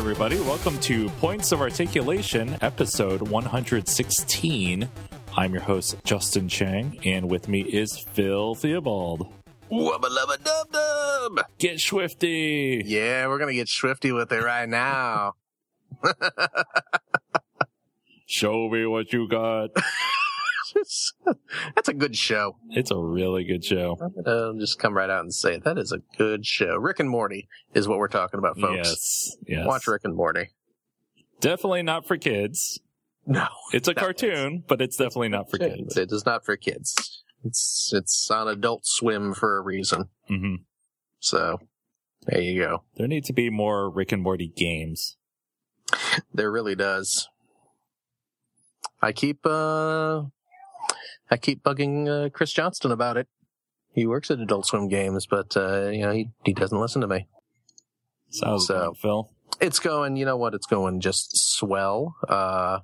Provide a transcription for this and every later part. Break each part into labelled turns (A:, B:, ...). A: everybody. Welcome to Points of Articulation, episode 116. I'm your host, Justin Chang, and with me is Phil Theobald.
B: Wubba lubba dub dub.
A: Get swifty!
B: Yeah, we're gonna get swifty with it right now.
A: Show me what you got.
B: That's a good show.
A: It's a really good show.
B: I'm gonna Um, just come right out and say that is a good show. Rick and Morty is what we're talking about, folks.
A: Yes, yes.
B: Watch Rick and Morty.
A: Definitely not for kids.
B: No,
A: It's a
B: No, it's-
A: cartoon, but it's definitely not for kids.
B: it's, it is not for kids. It's it's on Adult Swim for a reason.
A: hmm
B: So there you go.
A: There need to be more Rick and Morty games.
B: There really does. I keep uh I keep bugging uh, Chris Johnston about it. He works at Adult Swim Games, but uh, you know he he doesn't listen to me.
A: Sounds
B: So-
A: good, Phil.
B: It's going, you know what? It's going just swell. Uh,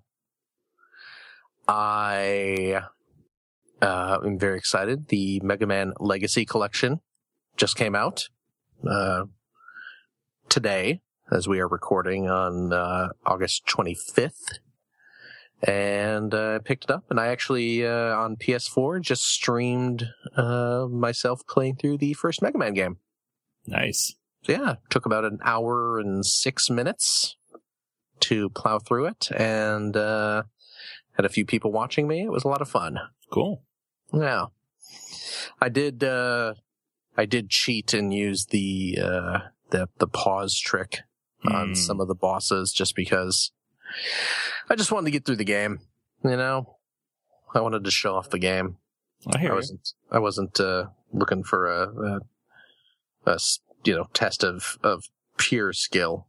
B: I uh, am very excited. The Mega Man Legacy Collection just came out uh, today, as we are recording on uh, August 25th. And uh, I picked it up, and I actually uh, on PS4 just streamed uh, myself playing through the first Mega Man game.
A: Nice.
B: So yeah, it took about an hour and six minutes to plow through it and uh, had a few people watching me. It was a lot of fun.
A: Cool.
B: Yeah. I did uh, I did cheat and use the uh, the the pause trick on
A: Hmm.
B: some of the bosses just because I just wanted to get through the game, you know? I wanted to show off the game.
A: I hear
B: I
A: you.
B: wasn't. I wasn't uh, looking for a, a, a s- you know test of of pure skill.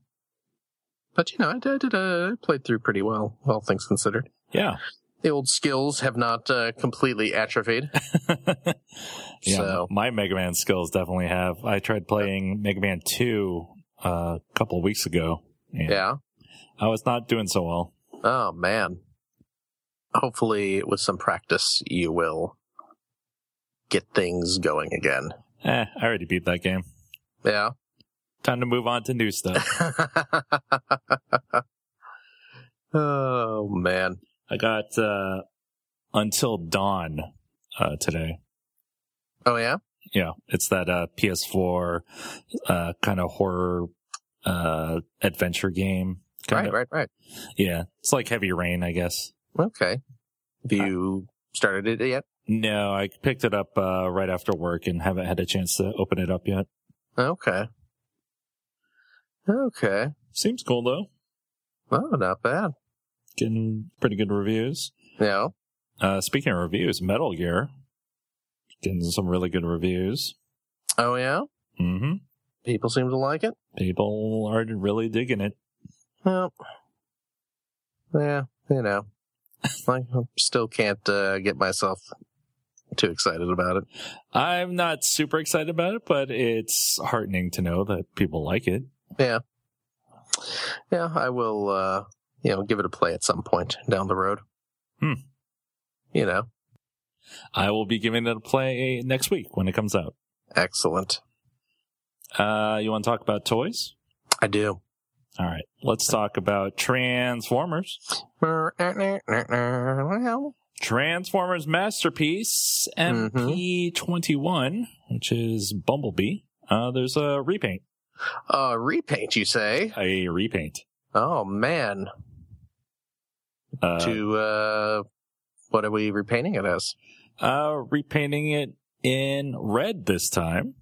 B: But you know, I, did- I did. Uh, I played through pretty well, all things considered.
A: Yeah.
B: The old skills have not uh, completely atrophied.
A: yeah,
B: So-
A: my Mega Man skills definitely have. I tried playing Mega Man 2 uh, a couple of weeks ago. And
B: yeah.
A: I was not doing so well.
B: Oh man. Hopefully, with some practice, you will get things going again.
A: Eh, I already beat that game.
B: Yeah.
A: Time to move on to new stuff.
B: oh man.
A: I got uh, Until Dawn uh, today.
B: Oh yeah.
A: Yeah, it's that uh, PS4 uh, kind of horror uh, adventure game. Kinda-
B: Right. Right. Right.
A: Yeah, it's like Heavy Rain, I guess.
B: Okay. Have you started it yet?
A: No, I picked it up uh, right after work and haven't had a chance to open it up yet.
B: Okay. Okay.
A: Seems cool though.
B: Oh, not bad.
A: Getting pretty good reviews.
B: No.
A: Uh, speaking of reviews, Metal Gear getting some really good reviews.
B: Oh, yeah.
A: hmm
B: People seem to like it.
A: People are really digging it.
B: Well, yeah, you know, I still can't uh, get myself too excited about it.
A: I'm not super excited about it, but it's heartening to know that people like it.
B: Yeah, I will. Uh, you know, give it a play at some point down the road.
A: Hmm.
B: You know,
A: I will be giving it a play next week when it comes out.
B: excellent.
A: Uh, you want to talk about toys?
B: I do.
A: All right, let's talk about Transformers.
B: Well,
A: Transformers Masterpiece MP21, which is Bumblebee. Uh, there's a repaint.
B: uh, repaint, you say?
A: A repaint.
B: Oh man,
A: Uh,
B: to uh what are we repainting it as?
A: uh, repainting it in red this time.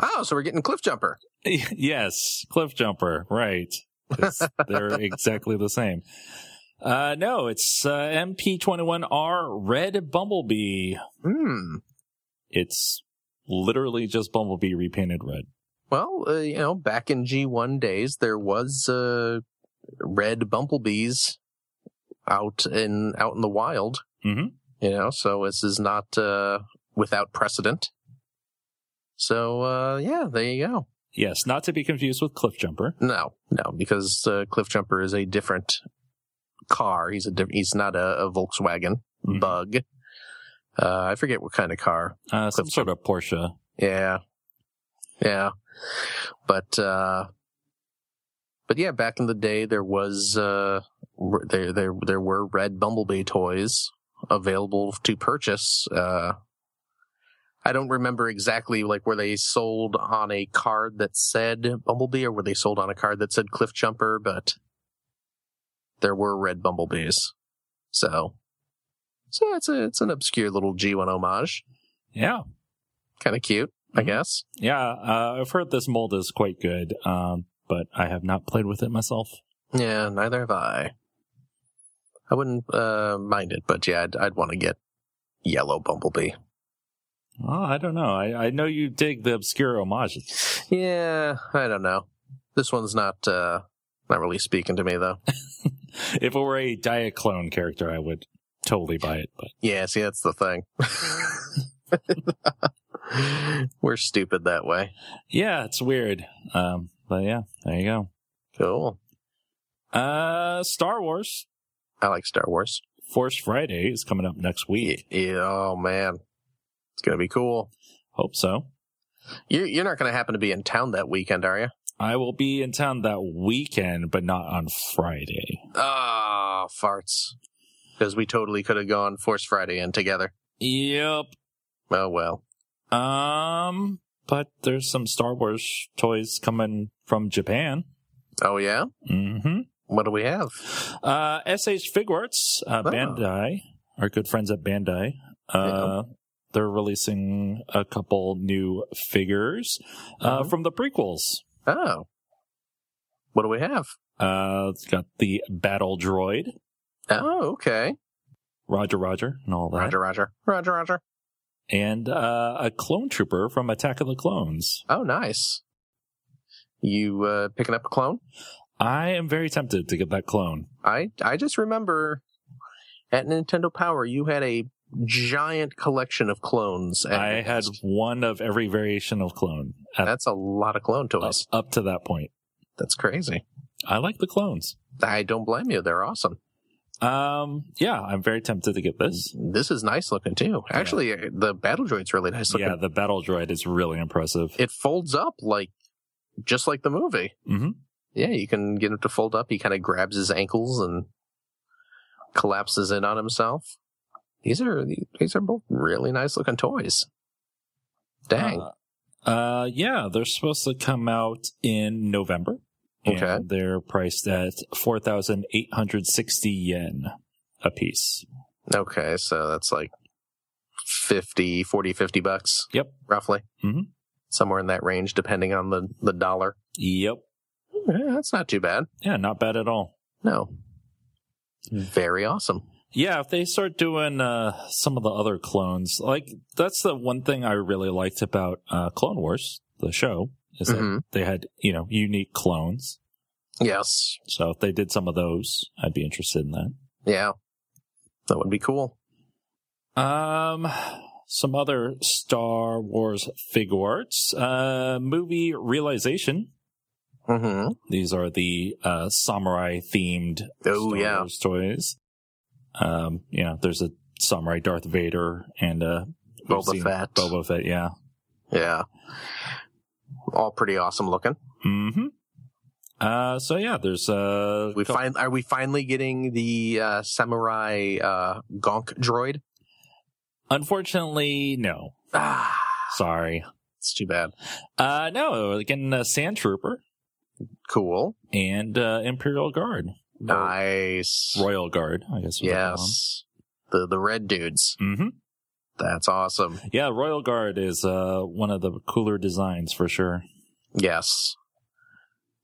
B: Oh, so we're getting cliff jumper.
A: yes, Cliff Jumper, right. 'Cause they're exactly the same. Uh, no, it's uh, MP21R Red Bumblebee.
B: Hmm.
A: It's literally just Bumblebee repainted red.
B: Well, uh, you know, back in G1 days, there was uh red bumblebees out in out in the wild.
A: Mhm.
B: You know, so this is not uh without precedent. So uh yeah, there you go.
A: Yes, not to be confused with Cliff Jumper.
B: No, no, because uh, Cliff Jumper is a different car. He's a diff- he's not a, a Volkswagen
A: Mhm.
B: bug. Uh, I forget what kind of car.
A: Uh, some
B: Cliff
A: sort of Porsche.
B: Yeah. Yeah. But uh but yeah, back in the day, there was uh, r- there there there were red bumblebee toys available to purchase. Uh, I don't remember exactly like were they sold on a card that said bumblebee or were they sold on a card that said cliff jumper, but there were red bumblebees. So, so it's a it's an obscure little G1 homage,
A: Yeah.
B: kind of cute, I
A: Mhm.
B: guess.
A: Yeah. Uh, I've heard this mold is quite good, um, but I have not played with it myself.
B: Yeah, neither have I. I wouldn't uh, mind it, but yeah, I'd, I'd want to get yellow bumblebee.
A: Oh, I don't know. I, I know you dig the obscure homages.
B: Yeah, I don't know. This one's not uh, not really speaking to me though.
A: if it were a Diaclone character, I would totally buy it. But
B: Yeah, see, that's the thing. We're stupid that way.
A: yeah, it's weird. Um, but yeah, there you go.
B: Cool.
A: Uh, Star Wars
B: I like Star Wars.
A: Force Friday is coming up next
B: Yeah,
A: week.
B: yeah, oh man, it's gonna be cool.
A: Hope so.
B: You're you're not gonna happen to be in town that weekend, are you?
A: I will be in town that weekend, but not on Friday.
B: Ah, farts. Because we totally could have gone Force Friday in together.
A: Yep.
B: Oh well.
A: Um, but there's some Star Wars toys coming from Japan.
B: Oh yeah.
A: Mm-hmm.
B: What do we have?
A: Uh, SH Figuarts, uh,
B: Oh.
A: Bandai, our good friends at Bandai. Uh, they're releasing a couple new figures, uh,
B: Mhm.
A: from the prequels.
B: Oh, what do we have?
A: Uh, it's got the Battle Droid,
B: Oh, okay.
A: Roger Roger, and all that.
B: Roger, Roger, Roger, Roger.
A: and uh, a clone trooper from Attack of the Clones.
B: Oh, nice. You uh, picking up a clone?
A: I am very tempted to get that clone.
B: I I just remember at Nintendo Power you had a giant collection of clones. at
A: I
B: your
A: had
B: desk.
A: one of every variation of clone at,
B: that's a lot of clone
A: up,
B: toys.
A: up to that point.
B: That's crazy.
A: I like the clones.
B: I don't blame you. They're awesome.
A: Um, yeah, I'm very tempted to get this.
B: This is nice looking too.
A: Yeah.
B: Actually, the battle droid's really nice looking.
A: Yeah, the battle droid is really impressive.
B: It folds up like just like the movie.
A: Mhm.
B: Yeah, you can get him to fold up. He kind of grabs his ankles and collapses in on himself. These are these are both really nice looking toys. Dang.
A: Uh, uh, yeah, they're supposed to come out in November. and
B: Okay.
A: they're priced at 4,860 yen a piece.
B: Okay, so that's like 50, 40, 50 bucks.
A: Yep.
B: Roughly.
A: Mhm.
B: Somewhere in that range, depending on the, the dollar.
A: Yep.
B: Yeah, that's not too bad.
A: Yeah, not bad at all.
B: No.
A: Hmm.
B: Very awesome.
A: Yeah, if they start doing uh, some of the other clones, like that's the one thing I really liked about uh, Clone Wars, the show, is that
B: Mhm.
A: they had you know unique clones.
B: Yes.
A: So if they did some of those, I'd be interested in that.
B: Yeah. That would be cool.
A: Um, some other Star Wars figuarts, uh, movie realization.
B: hmm
A: These are the uh, samurai themed
B: Oh,
A: Star
B: yeah.
A: Wars toys. Um, you know, there's a samurai Darth Vader and uh, we've
B: Boba
A: seen
B: Fett.
A: Boba Fett, yeah.
B: Yeah. All pretty awesome looking.
A: Mm-hmm. Uh, so yeah, there's uh,
B: We find are we finally getting the uh, samurai uh, gonk droid?
A: unfortunately, no.
B: Ah,
A: Sorry.
B: it's too bad.
A: Uh, no, again, uh, Sand Trooper
B: Cool.
A: and uh, Imperial Guard, Or
B: Nice.
A: Royal Guard, I guess.
B: Yes. The the red dudes.
A: Mm-hmm.
B: That's awesome.
A: Yeah, Royal Guard is uh one of the cooler designs for sure.
B: Yes.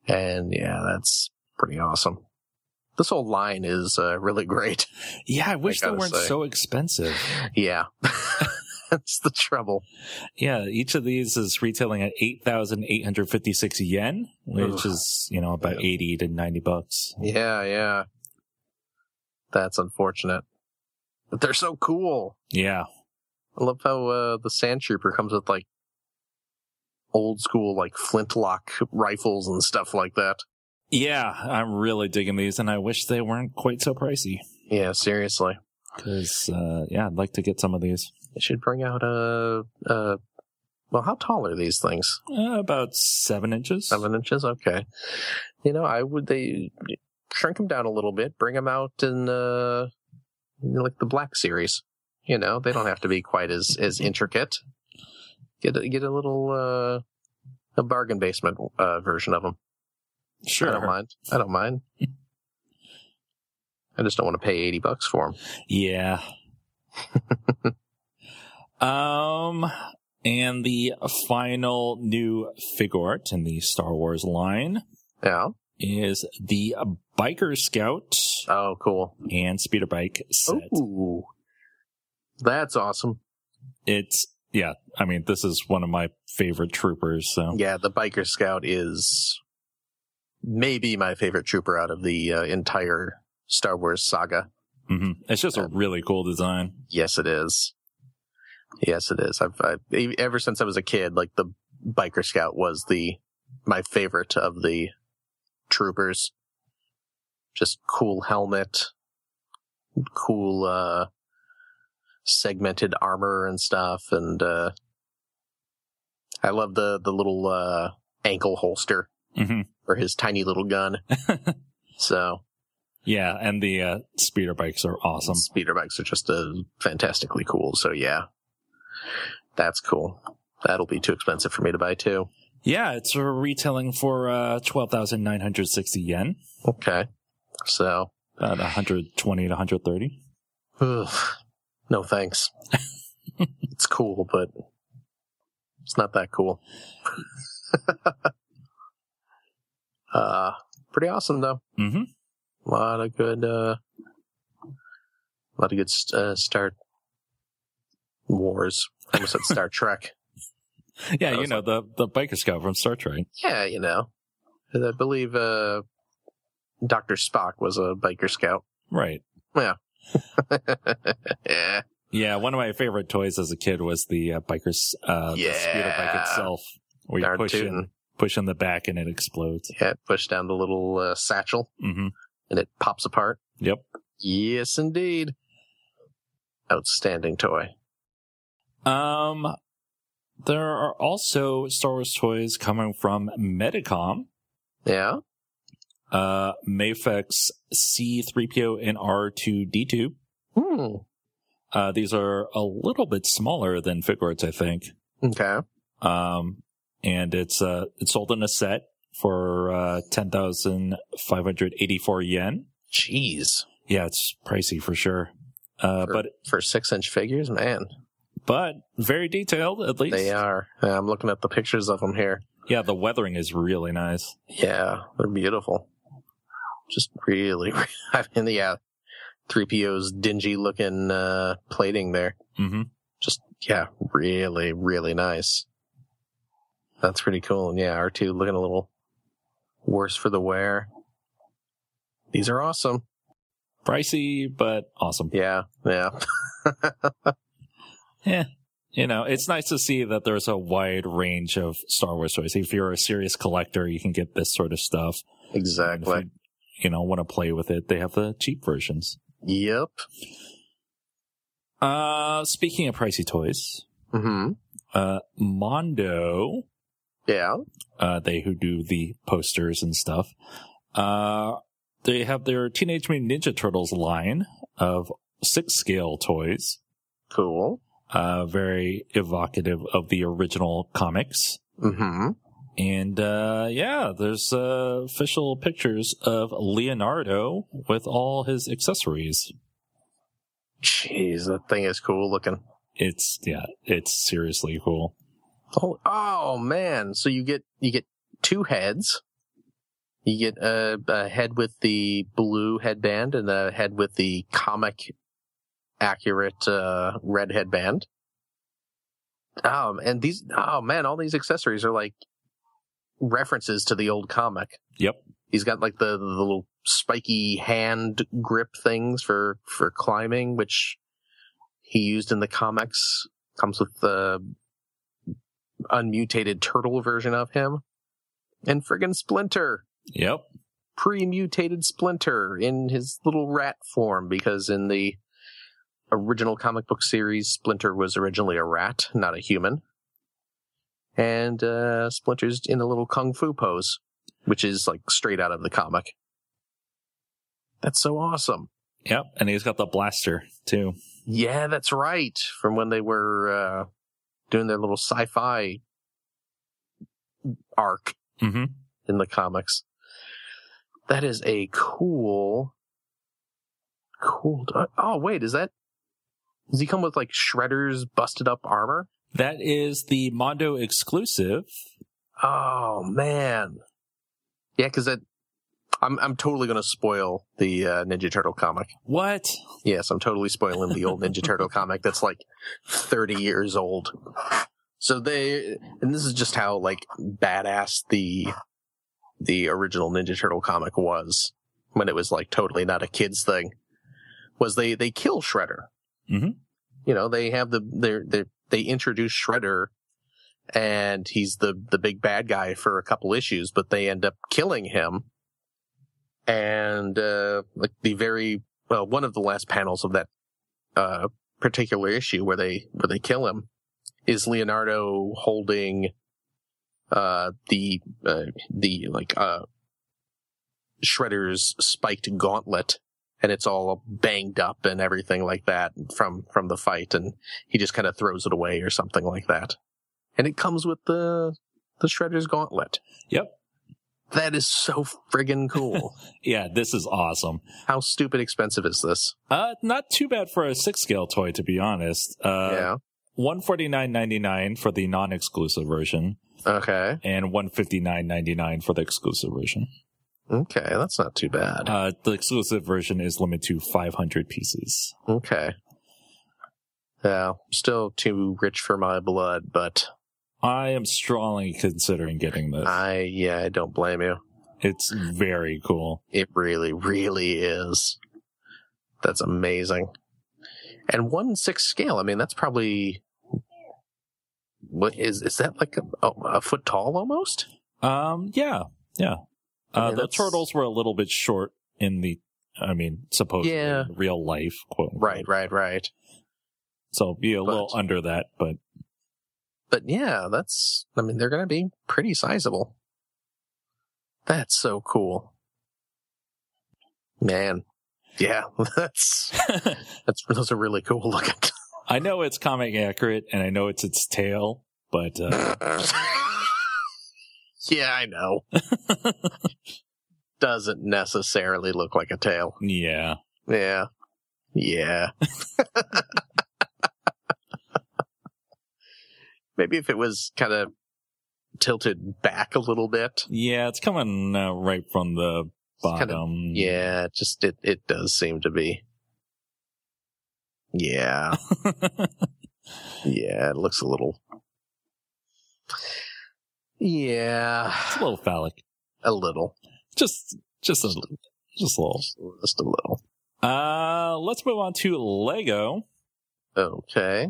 B: And yeah, that's pretty awesome. This whole line is uh, really great.
A: Yeah, I wish they
B: gotta
A: weren't
B: say.
A: so expensive.
B: Yeah. that's the trouble.
A: Yeah, each of these is retailing at eight thousand eight hundred fifty six yen, which
B: Ugh.
A: is you know about
B: Yeah.
A: eighty to ninety bucks.
B: Yeah, yeah. That's unfortunate. But they're so cool.
A: Yeah,
B: I love how uh, the sand trooper comes with like old school like flintlock rifles and stuff like that.
A: yeah, I'm really digging these, and I wish they weren't quite so pricey.
B: Yeah, seriously.
A: Because uh, yeah, I'd like to get some of these.
B: They should bring out a, a Well, how tall are these things?
A: Uh, about seven inches.
B: Seven inches. Okay. You know, I would they shrink them down a little bit, bring them out in uh, like the Black Series. You know, they don't have to be quite as as intricate. Get a, get a little uh, a bargain basement uh, version of them.
A: Sure.
B: I don't mind. I don't mind. I just don't want to pay eighty bucks for them.
A: Yeah. um, and the final new figure art in the Star Wars line
B: Yeah.
A: is the Biker Scout
B: Oh, cool.
A: and Speeder Bike set.
B: Ooh, that's awesome.
A: It's, yeah, I mean, this is one of my favorite troopers, so.
B: Yeah, the biker scout is maybe my favorite trooper out of the uh, entire Star Wars saga.
A: hmm It's just a really cool design.
B: Yes, it is. Yes, it is. I've, I've e- ever since I was a kid, like the biker scout was the my favorite of the troopers. Just cool helmet, cool uh segmented armor and stuff and uh I love the the little uh ankle holster
A: hmm
B: for his tiny little gun. so
A: Yeah, and the uh, speeder bikes are awesome.
B: Speeder bikes are just uh, fantastically cool. So yeah, that's cool. That'll be too expensive for me to buy too.
A: Yeah, it's uh, retailing for uh, 12,960 yen,
B: Okay, so
A: about 120 to 130.
B: ugh, no thanks. it's cool, but it's not that cool. uh, pretty awesome though.
A: hmm
B: A lot of good, uh, a lot of good st- uh, Star Wars. I almost said Star Trek.
A: Yeah,
B: That
A: you
B: was
A: know the the biker scout from Star Trek.
B: Yeah, you know. And I believe uh, Dr. Spock was a biker scout.
A: Right.
B: yeah.
A: Yeah, one of my favorite toys as a kid was the uh, biker's uh, the speeder bike
B: Yeah.
A: itself, where you
B: Darn
A: push in,
B: tootin'.
A: push in the back and it explodes.
B: Yeah, push down the little uh, satchel
A: hmm
B: and it pops apart.
A: Yep.
B: Yes, indeed. Outstanding toy.
A: Um, there are also Star Wars toys coming from Medicom.
B: Yeah.
A: Uh, Mafex C3PO and R2D2.
B: Hmm.
A: Uh, these are a little bit smaller than Figuarts, I think.
B: Okay.
A: Um, and it's uh, it's sold in a set for uh, ten thousand five hundred eighty four yen.
B: Jeez.
A: Yeah, it's pricey for sure. Uh,
B: For-
A: but
B: For six inch figures, man,
A: but very detailed at least.
B: they are. Yeah, I'm looking at the pictures of them here.
A: Yeah, the weathering is really nice.
B: Yeah, they're beautiful. Just really, I mean, yeah, 3PO's dingy looking uh, plating there.
A: hmm
B: just yeah, really, really nice. That's pretty cool. And yeah, R2 looking a little worse for the wear. These are awesome.
A: Pricey, but awesome.
B: Yeah, yeah.
A: You know, it's nice to see that there's a wide range of Star Wars toys. If you're a serious collector, you can get this sort of stuff. And if
B: Exactly.
A: you, you know, want to play with it, they have the cheap versions.
B: Yep.
A: Uh, speaking of pricey toys,
B: hmm
A: uh, Mondo,
B: Yeah.
A: uh, they who do the posters and stuff, uh, they have their Teenage Mutant Ninja Turtles line of six scale toys,
B: Cool.
A: uh, very evocative of the original comics.
B: hmm
A: And, uh, yeah, there's, uh, official pictures of Leonardo with all his accessories.
B: Jeez, that thing is cool looking.
A: It's, yeah, it's seriously cool.
B: Oh, oh man. So you get you get two heads. You get a, a head with the blue headband and a head with the comic accurate uh, red headband. Um, and these oh man, all these accessories are like references to the old comic.
A: Yep.
B: He's got like the, the little spiky hand grip things for for climbing, which he used in the comics. Comes with uh, the unmutated turtle version of him, and friggin' Splinter,
A: Yep.
B: pre-mutated Splinter in his little rat form, because in the original comic book series, Splinter was originally a rat, not a human. and uh, Splinter's in a little kung fu pose, which is like straight out of the comic. That's so awesome.
A: Yep. And he's got the blaster too.
B: Yeah, that's right. From when they were uh, doing their little sci-fi arc
A: Mm-hmm.
B: in the comics. That is a cool, cool. Oh wait, is that? Does he come with like Shredder's busted up armor?
A: That is the Mondo exclusive.
B: Oh man, yeah, because that. I'm I'm totally gonna spoil the uh, Ninja Turtle comic.
A: What?
B: Yes, I'm totally spoiling the old Ninja Turtle comic that's like 30 years old. So they, and this is just how like badass the the original Ninja Turtle comic was when it was like totally not a kids thing. Was they they kill Shredder?
A: Mhm.
B: You know they have the they they they introduce Shredder, and he's the the big bad guy for a couple issues, but they end up killing him. And uh like the very well, one of the last panels of that uh, particular issue where they where they kill him is Leonardo holding uh, the uh, the like uh, Shredder's spiked gauntlet, and it's all banged up and everything like that from from the fight, and he just kind of throws it away or something like that, and it comes with the the Shredder's gauntlet.
A: Yep.
B: That is so friggin' cool.
A: Yeah, this is awesome.
B: How stupid expensive is this?
A: Uh, not too bad for a six scale toy, to be honest. Uh,
B: yeah.
A: 149.99 for the non-exclusive version
B: Okay.
A: and 159.99 for the exclusive version.
B: Okay, that's not too bad.
A: Uh, the exclusive version is limited to 500 pieces.
B: Okay. Yeah, still too rich for my blood, but
A: I am strongly considering getting this.
B: I yeah, I don't blame you.
A: It's very cool.
B: It really, really is. That's amazing. And one six scale. I mean, that's probably what is is that like a, oh, a foot tall almost?
A: Um, yeah, yeah.
B: I
A: Uh,
B: mean,
A: the
B: that's-
A: turtles were a little bit short in the, I mean, supposedly
B: Yeah.
A: real life quote. unquote.
B: Right, right, right.
A: So be a
B: But-
A: little under that, but
B: But yeah, that's. I mean, they're going to be pretty sizable. That's so cool, man. Yeah, that's That's those are really cool looking.
A: I know it's comic accurate and I know it's its tail, but, uh,
B: yeah, I know. Doesn't necessarily look like a tail.
A: yeah.
B: Yeah. Yeah. Maybe if it was kind of tilted back a little bit.
A: Yeah, it's coming uh, right from the
B: It's
A: bottom.
B: kinda- Yeah, it just it it does seem to be. Yeah. Yeah, it looks a little Yeah.
A: it's a little phallic.
B: A little.
A: Just, just a, just a little.
B: Just a little.
A: Uh, let's move on to Lego.
B: Okay.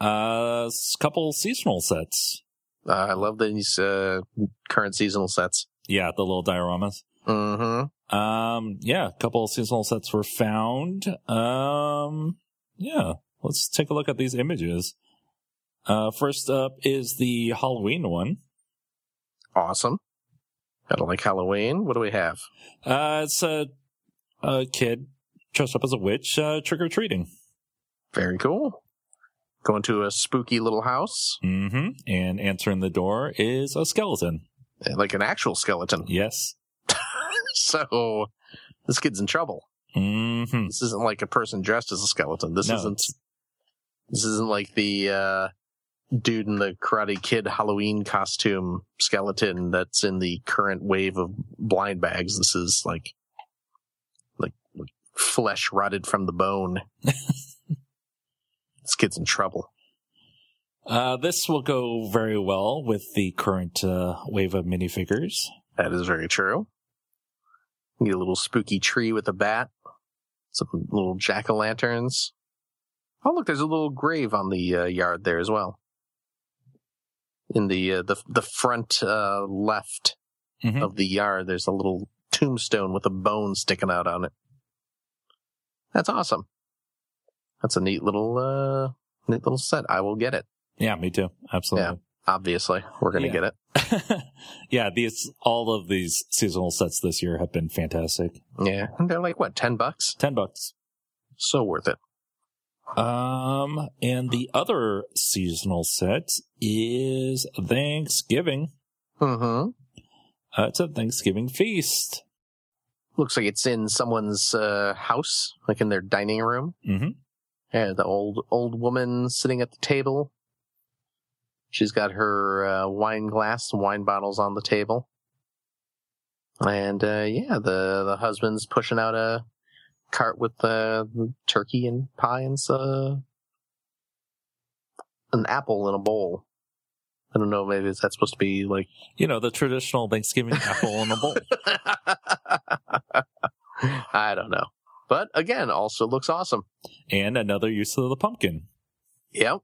A: Uh, s- couple seasonal sets.
B: Uh, I love these uh, current seasonal sets.
A: Yeah, the little dioramas.
B: Mm-hmm.
A: Um, yeah, a couple of seasonal sets were found. Um, yeah, let's take a look at these images. Uh, first up is the Halloween one.
B: Awesome. I don't like Halloween. What do we have?
A: Uh, it's a, a kid dressed up as a witch, uh, trick or treating.
B: Very cool. Going to a spooky little house,
A: Mm-hmm. And answering the door is a skeleton.
B: uh, like an actual skeleton.
A: Yes.
B: So this kid's in trouble.
A: Mm-hmm.
B: This isn't like a person dressed as a skeleton. This
A: No.
B: isn't. This isn't like the uh, dude in the Karate Kid Halloween costume skeleton that's in the current wave of blind bags. This is like, like, like flesh rotted from the bone. this kid's in trouble.
A: Uh, this will go very well with the current uh, wave of minifigures.
B: That is very true. Need a little spooky tree with a bat. Some little jack o' lanterns. Oh, look, there's a little grave on the uh, yard there as well. In the uh, the the front uh, left
A: Mhm.
B: of the yard, there's a little tombstone with a bone sticking out on it. That's awesome. That's a neat little uh, neat little set. I will get it.
A: Yeah, me too. Absolutely.
B: Obviously, we're going to
A: Yeah.
B: get it.
A: yeah, these all of these seasonal sets this year have been fantastic.
B: Yeah. And they're like, what, 10 bucks?
A: Ten bucks.
B: So worth it.
A: Um, and the other seasonal set is Thanksgiving.
B: Mm-hmm.
A: Uh, it's a Thanksgiving feast.
B: Looks like it's in someone's uh, house, like in their dining room.
A: Mm-hmm.
B: Yeah, the old old woman sitting at the table. She's got her uh, wine glass and wine bottles on the table, and uh, yeah, the the husband's pushing out a cart with uh, turkey and pie and uh, an apple in a bowl. I don't know, maybe is that supposed to be like
A: You know, the traditional Thanksgiving apple in a bowl.
B: I don't know, but again, also looks awesome.
A: And another use of the pumpkin.
B: Yep,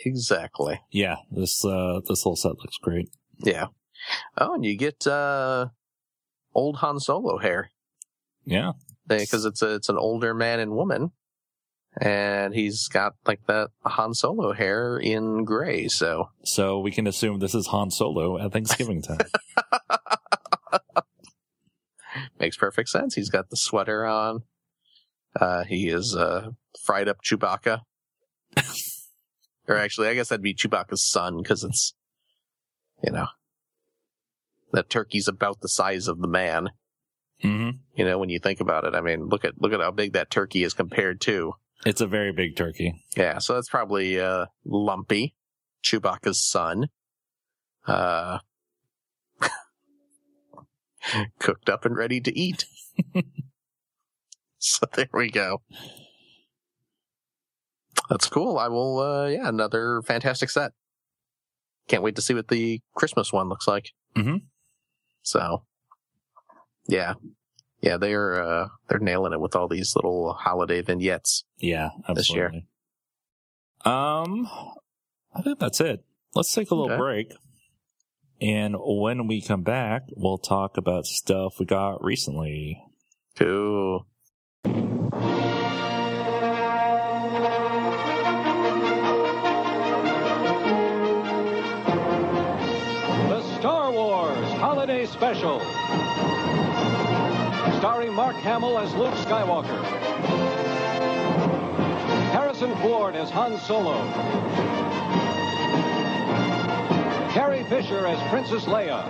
B: exactly.
A: Yeah, this uh this whole set looks great.
B: Yeah. Oh, and you get uh old Han Solo hair
A: Yeah.
B: because it's a, it's an older man and woman, and he's got like that Han Solo hair in gray. So
A: So we can assume this is Han Solo at Thanksgiving time.
B: makes perfect sense. He's got the sweater on. Uh, he is uh, fried up Chewbacca, or actually, I guess that'd be Chewbacca's son because it's you know that turkey's about the size of the man.
A: hmm
B: You know, when you think about it, I mean, look at look at how big that turkey is compared to.
A: It's a very big turkey.
B: Yeah, so that's probably uh, Lumpy, Chewbacca's son, uh, cooked up and ready to eat. so there we go. That's cool. I will. Uh, yeah, another fantastic set. Can't wait to see what the Christmas one looks like.
A: Mhm.
B: So, yeah, yeah, they're uh, they're nailing it with all these little holiday vignettes.
A: Yeah,
B: This year.
A: absolutely. Um, I think that's it. Let's take a little
B: Okay.
A: break. And when we come back, we'll talk about stuff we got recently.
B: Cool.
C: The Star Wars Holiday Special. Starring Mark Hamill as Luke Skywalker. Harrison Ford as Han Solo. Carrie Fisher as Princess Leia.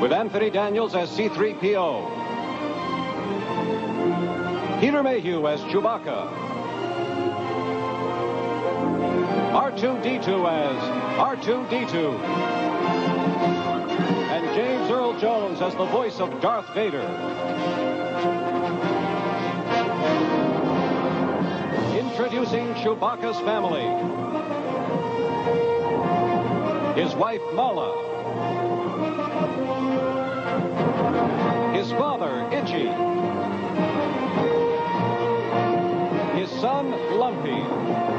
C: With Anthony Daniels as C3PO. Peter Mayhew as Chewbacca. R2D2 as R2D2. And James Earl Jones as the voice of Darth Vader. Introducing Chewbacca's family. His wife, Mala. His father, Itchy. His son, Lumpy.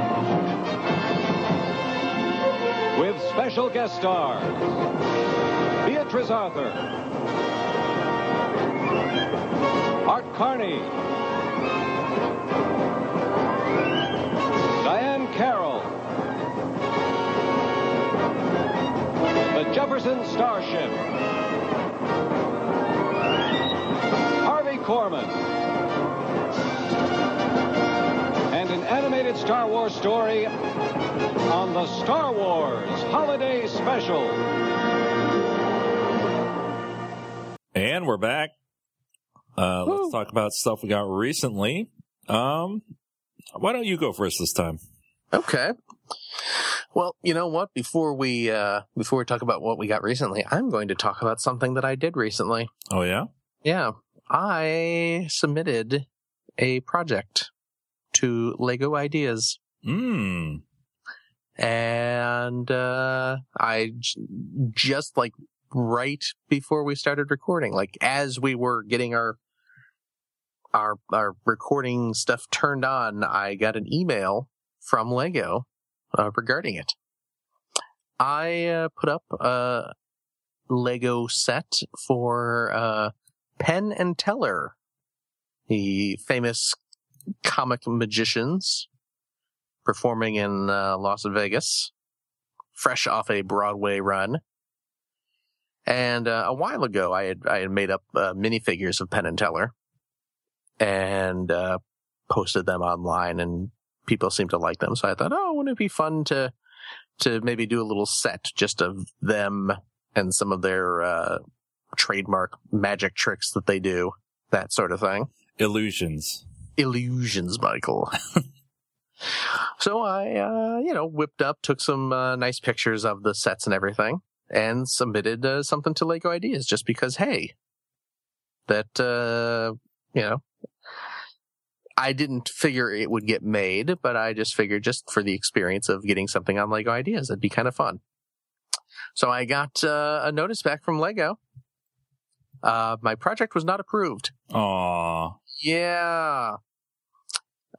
C: with special guest stars Beatrice Arthur, Art Carney, Diane Carroll, the Jefferson Starship, Harvey Korman. And an animated Star Wars story on the Star Wars Holiday Special.
A: And we're back. Uh,
B: Woo.
A: let's talk about stuff we got recently. Um, why don't you go first this time?
B: Okay. Well, you know what? Before we uh before we talk about what we got recently, I'm going to talk about something that I did recently.
A: Oh yeah.
B: Yeah. I submitted a project to Lego Ideas
A: Mm.
B: and uh I j- just like right before we started recording, like as we were getting our our our recording stuff turned on, I got an email from Lego uh, regarding it. I uh, put up a Lego set for uh, Penn and Teller, the famous comic magicians performing in uh, Las Vegas, fresh off a Broadway run. And uh, a while ago, I had I had made up uh, minifigures of Penn and Teller, and uh, posted them online, and people seemed to like them. So I thought, oh, wouldn't it be fun to to maybe do a little set just of them and some of their uh, trademark magic tricks that they do, that sort of thing.
A: Illusions.
B: Illusions, Michael. so I, uh, you know, whipped up, took some uh, nice pictures of the sets and everything, and submitted uh, something to Lego Ideas just because, hey, that, uh, you know, I didn't figure it would get made, but I just figured just for the experience of getting something on Lego Ideas, it'd be kind of fun. So I got uh, a notice back from Lego. Uh, my project was not approved.
A: Aw.
B: Yeah.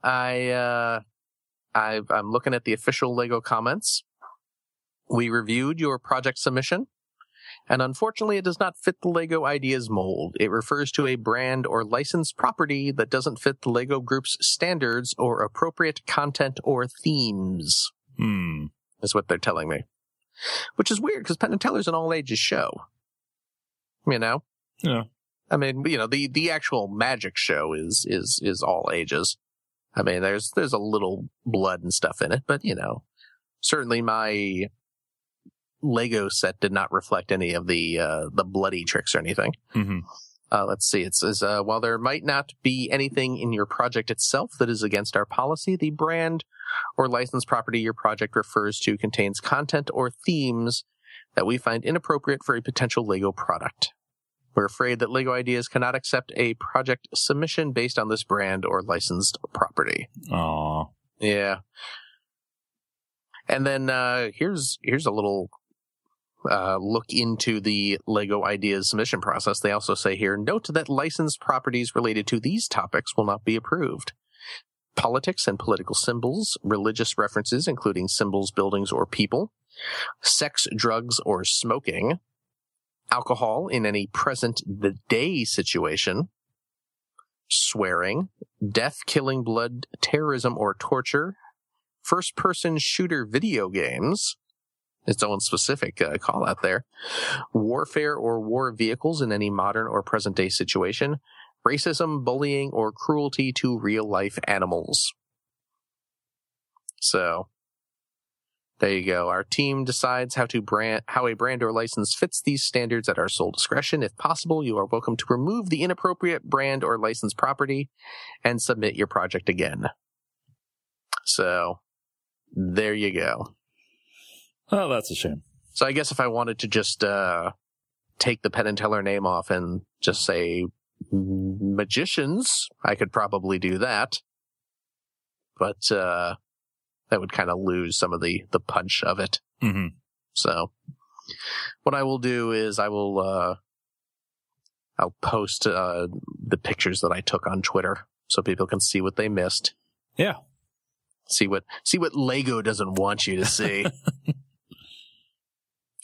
B: I uh I I'm looking at the official Lego comments. We reviewed your project submission, and unfortunately it does not fit the Lego Ideas mold. It refers to a brand or licensed property that doesn't fit the Lego group's standards or appropriate content or themes,
A: Hmm.
B: is what they're telling me. Which is weird because Penn and Teller's an all ages show. You know?
A: Yeah.
B: I mean, you know, the the actual magic show is is is all ages. I mean, there's there's a little blood and stuff in it, but you know, certainly my Lego set did not reflect any of the uh, the bloody tricks or anything.
A: hmm
B: Uh, let's see. It says, uh, while there might not be anything in your project itself that is against our policy, the brand or licensed property your project refers to contains content or themes that we find inappropriate for a potential LEGO product. We're afraid that LEGO Ideas cannot accept a project submission based on this brand or licensed property.
A: Aw.
B: Yeah. And then uh, here's here's a little uh, look into the Lego Ideas submission process. They also say here, note that licensed properties related to these topics will not be approved. Politics and political symbols, religious references, including symbols, buildings, or people, sex, drugs, or smoking, alcohol in any present the day situation, swearing, death, killing, blood, terrorism, or torture, first person shooter video games, its own specific uh, call out there, warfare or war vehicles in any modern or present day situation, racism, bullying, or cruelty to real life animals. So. There you go. Our team decides how to brand, how a brand or license fits these standards at our sole discretion. If possible, you are welcome to remove the inappropriate brand or license property and submit your project again. So there you go.
A: Oh, that's a shame.
B: So I guess if I wanted to just uh, take the Penn and Teller name off and just say magicians, I could probably do that. But uh, that would kind of lose some of the the punch of it.
A: hmm
B: So what I will do is I will uh I'll post uh the pictures that I took on Twitter so people can see what they missed.
A: Yeah.
B: See what see what Lego doesn't want you to see.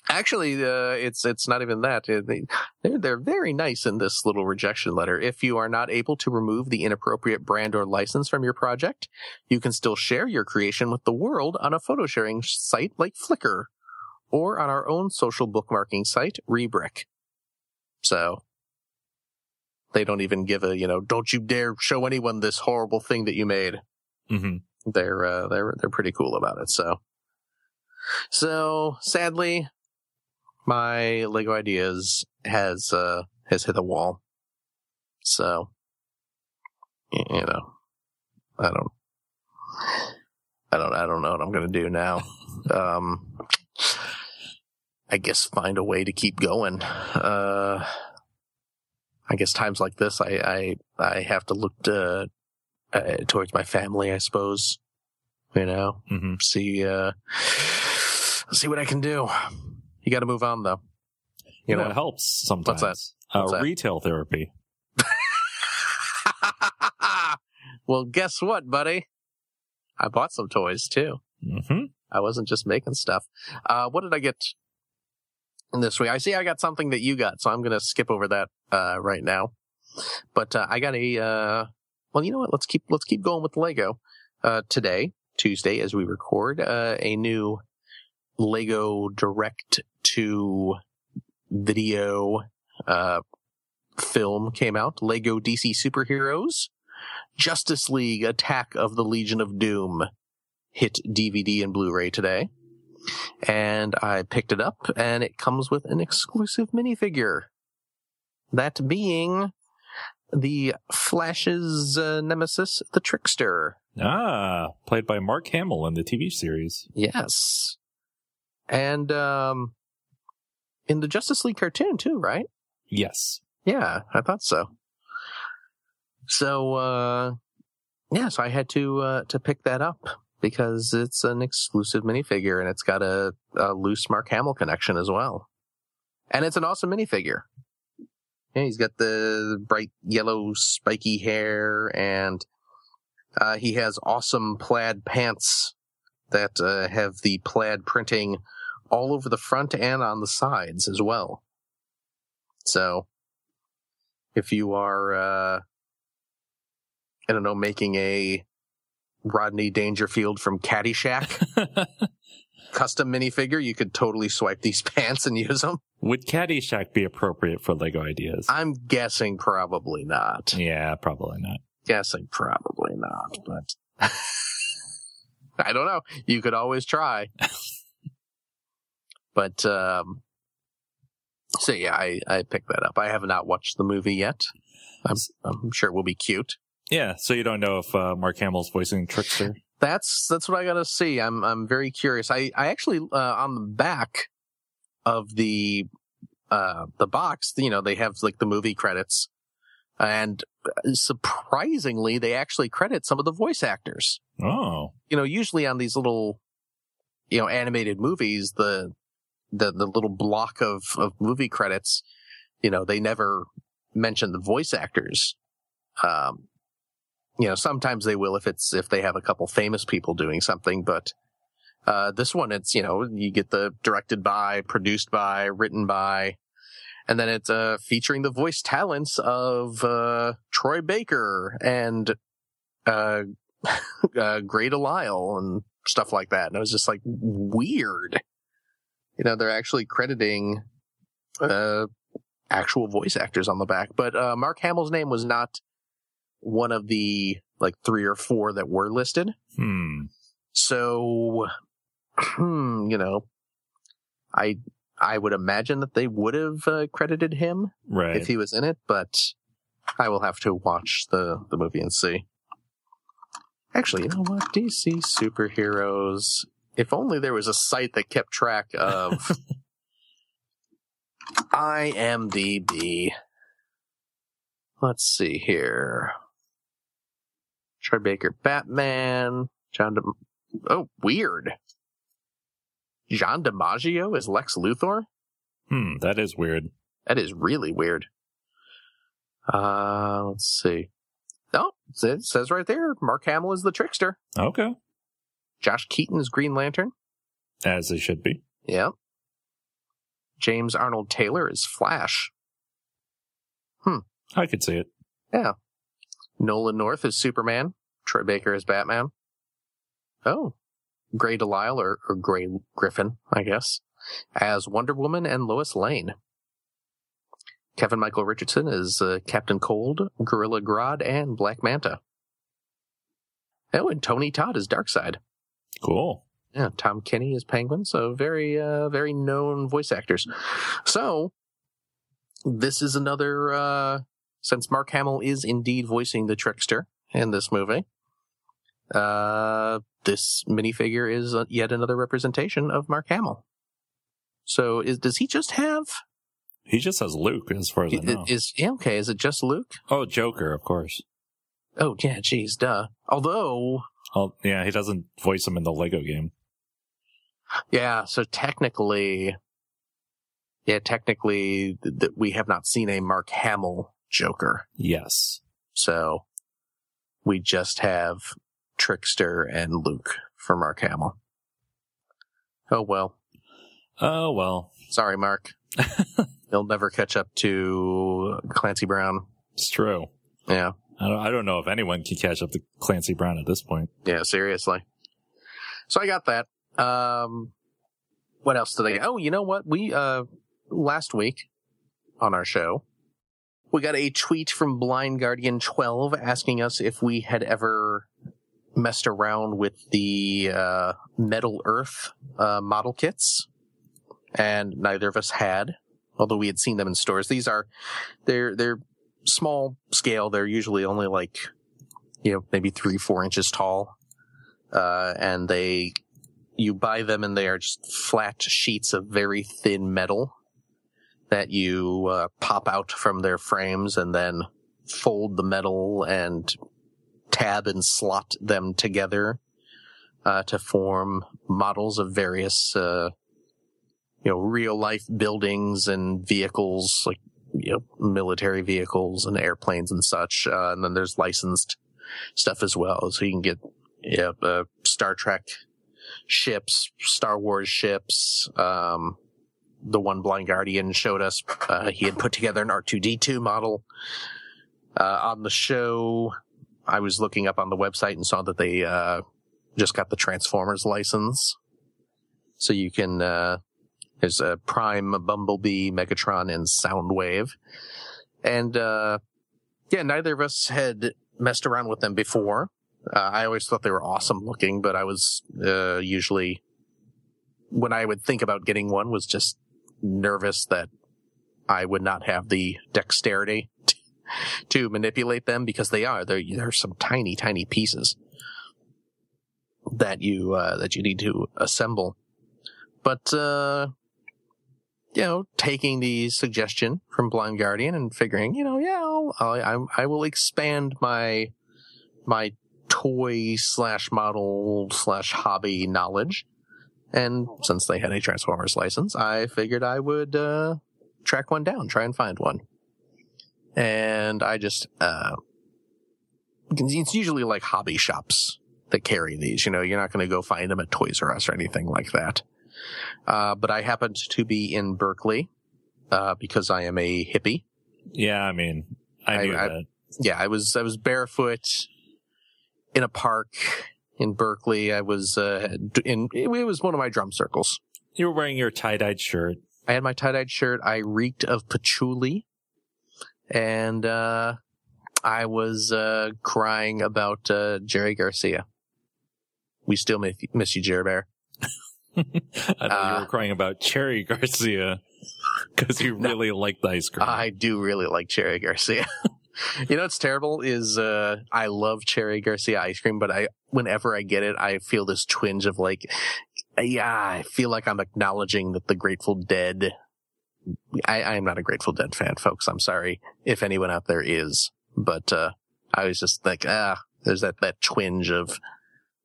B: Actually, uh, it's it's not even that. Uh, they- They're they're very nice in this little rejection letter. If you are not able to remove the inappropriate brand or license from your project, you can still share your creation with the world on a photo sharing site like Flickr or on our own social bookmarking site, Rebrick. So they don't even give a, you know, don't you dare show anyone this horrible thing that you made.
A: hmm
B: They're uh, they're they're pretty cool about it. So so sadly, my Lego ideas has uh has hit a wall. So y- you know, I don't I don't I don't know what I'm gonna do now. Um I guess find a way to keep going. Uh I guess times like this I I, I have to look to, uh, towards my family, I suppose. You know,
A: hmm
B: see uh see what I can do. You got to move on though.
A: You
B: You
A: know,
B: know.
A: it helps sometimes.
B: that? What's
A: uh,
B: that?
A: Retail therapy.
B: well, guess what, buddy? I bought some toys too.
A: hmm
B: I wasn't just making stuff. Uh, what did I get this week? I see I got something that you got, so I'm going to skip over that uh, right now. But uh, I got a. Uh, well, you know what? Let's keep let's keep going with Lego. Uh, today Tuesday as we record uh, a new Lego direct to video uh, film came out Lego DC Superheroes Justice League Attack of the Legion of Doom hit DVD and Blu ray today. And I picked it up, and it comes with an exclusive minifigure. That being the Flash's uh, nemesis, the Trickster.
A: Ah, played by Mark Hamill in the TV series.
B: Yes. And um, in the Justice League cartoon, too, right?
A: Yes.
B: Yeah, I thought so. So uh yeah, so I had to uh to pick that up because it's an exclusive minifigure and it's got a, a loose Mark Hamill connection as well. And it's an awesome minifigure. Yeah, he's got the bright yellow spiky hair and uh he has awesome plaid pants that uh, have the plaid printing all over the front and on the sides as well. So if you are uh I don't know, making a Rodney Dangerfield from Caddyshack custom minifigure, you could totally swipe these pants and use them.
A: Would Caddyshack be appropriate for Lego ideas?
B: I'm guessing probably not.
A: yeah, probably not.
B: Guessing probably not, but I don't know. You could always try. but um so yeah, I, I picked that up. I have not watched the movie yet. I'm, I'm sure it will be cute.
A: Yeah, so you don't know if uh, Mark Hamill's voicing Trickster.
B: that's that's what I gotta see. I'm I'm very curious. I I actually uh, on the back of the uh the box, you know, they have like the movie credits, and uh, surprisingly, they actually credit some of the voice actors.
A: Oh,
B: You know, usually on these little, you know, animated movies, the the the little block of of movie credits, you know, they never mention the voice actors. Um, you know, sometimes they will if it's if they have a couple famous people doing something, but uh, this one it's you know you get the directed by, produced by, written by, and then it's uh, featuring the voice talents of uh, Troy Baker and uh, uh, Greta Lyle and stuff like that, and I was just like weird. You know, they're actually crediting uh, actual voice actors on the back, but uh, Mark Hamill's name was not one of the like three or four that were listed.
A: hmm.
B: So, hmm, you know, I I would imagine that they would have uh, credited him
A: Right.
B: if he was in it, but I will have to watch the the movie and see. Actually, you know what? DC superheroes. If only there was a site that kept track of IMDb. Let's see here. Troy Baker, Batman. John. De- oh, weird. John DiMaggio is Lex Luthor.
A: hmm, that is weird.
B: That is really weird. Uh, let's see. No, it says right there, Mark Hamill is the trickster.
A: Okay,
B: Josh Keaton is Green Lantern.
A: as it should be.
B: Yeah. James Arnold Taylor is Flash.
A: I could see it.
B: Nolan North is Superman. Troy Baker is Batman. Oh, Gray Delisle or, or Gray Griffin, I guess, as Wonder Woman and Lois Lane. Kevin Michael Richardson is uh, Captain Cold, Gorilla Grodd, and Black Manta. Oh, and Tony Todd is Darkseid.
A: Cool.
B: Yeah, Tom Kenny is Penguin, so very, uh, very known voice actors. So this is another uh, since Mark Hamill is indeed voicing the trickster in this movie. Uh, this minifigure is uh, yet another representation of Mark Hamill. So is does he just have
A: He just has Luke, as far as I know.
B: is yeah, okay? Is it just Luke?
A: oh, Joker, of course.
B: Oh yeah, geez, duh. Although
A: Oh, yeah, he doesn't voice him in the Lego game.
B: Yeah, so technically, yeah, technically, th- th- we have not seen a Mark Hamill Joker.
A: Yes.
B: So we just have Trickster and Luke for Mark Hamill. Oh, well.
A: Oh well,
B: Sorry, Mark. He'll never catch up to Clancy Brown.
A: it's true.
B: Yeah.
A: I don't, I don't know if anyone can catch up to Clancy Brown at this point.
B: Yeah, seriously. So I got that. Um, what else did I get? Oh, you know what? We, uh, last week on our show, we got a tweet from Blind Guardian 12 asking us if we had ever messed around with the, uh, Metal Earth, uh, model kits. And neither of us had, although we had seen them in stores. These are, they're, they're small scale. They're usually only like, you know, maybe three, four inches tall. Uh, and they, you buy them and they are just flat sheets of very thin metal that you uh, pop out from their frames and then fold the metal and tab and slot them together uh, to form models of various, uh, you know, real life buildings and vehicles, like you know, military vehicles and airplanes and such. Uh, and then there's licensed stuff as well, so you can get yeah, uh, Star Trek ships, Star Wars ships. Um, the one Blind Guardian showed us, uh, he had put together an R2D2 model. Uh, on the show, I was looking up on the website and saw that they, uh, just got the Transformers license. So you can, uh, there's a Prime, Bumblebee, Megatron, and Soundwave. And, uh, yeah, neither of us had messed around with them before. Uh, I always thought they were awesome looking, but I was uh, usually when I would think about getting one was just nervous that I would not have the dexterity to, to manipulate them because they are they're they're some tiny tiny pieces that you uh, that you need to assemble. But uh, you know, taking the suggestion from Blind Guardian and figuring, you know, yeah, I'll, I I will expand my my toy slash model slash hobby knowledge. And since they had a Transformers license, I figured I would uh, track one down, try and find one. And I just, uh, it's usually like hobby shops that carry these. You know, you're not going to go find them at Toys R Us or anything like that. Uh, but I happened to be in Berkeley uh, because I am a hippie
A: Yeah, I mean, I
B: I-
A: knew
B: I-
A: that.
B: yeah, I was I was barefoot in a park in Berkeley. I was uh, d- in it was one of my drum circles.
A: You were wearing your tie-dyed shirt.
B: I had my tie dyed shirt. I reeked of patchouli, and uh, I was uh, crying about uh, Jerry Garcia. We still miss, miss you, Jerry Bear.
A: I thought you
B: Uh,
A: were crying about Cherry Garcia because you
B: No.
A: really liked ice cream.
B: I do really like Cherry Garcia. you know what's terrible is uh I love Cherry Garcia ice cream, but I whenever I get it, I feel this twinge of like yeah, I feel like I'm acknowledging that the Grateful Dead I, I am not a Grateful Dead fan, folks. I'm sorry if anyone out there is. But uh I was just like, ah, there's that that twinge of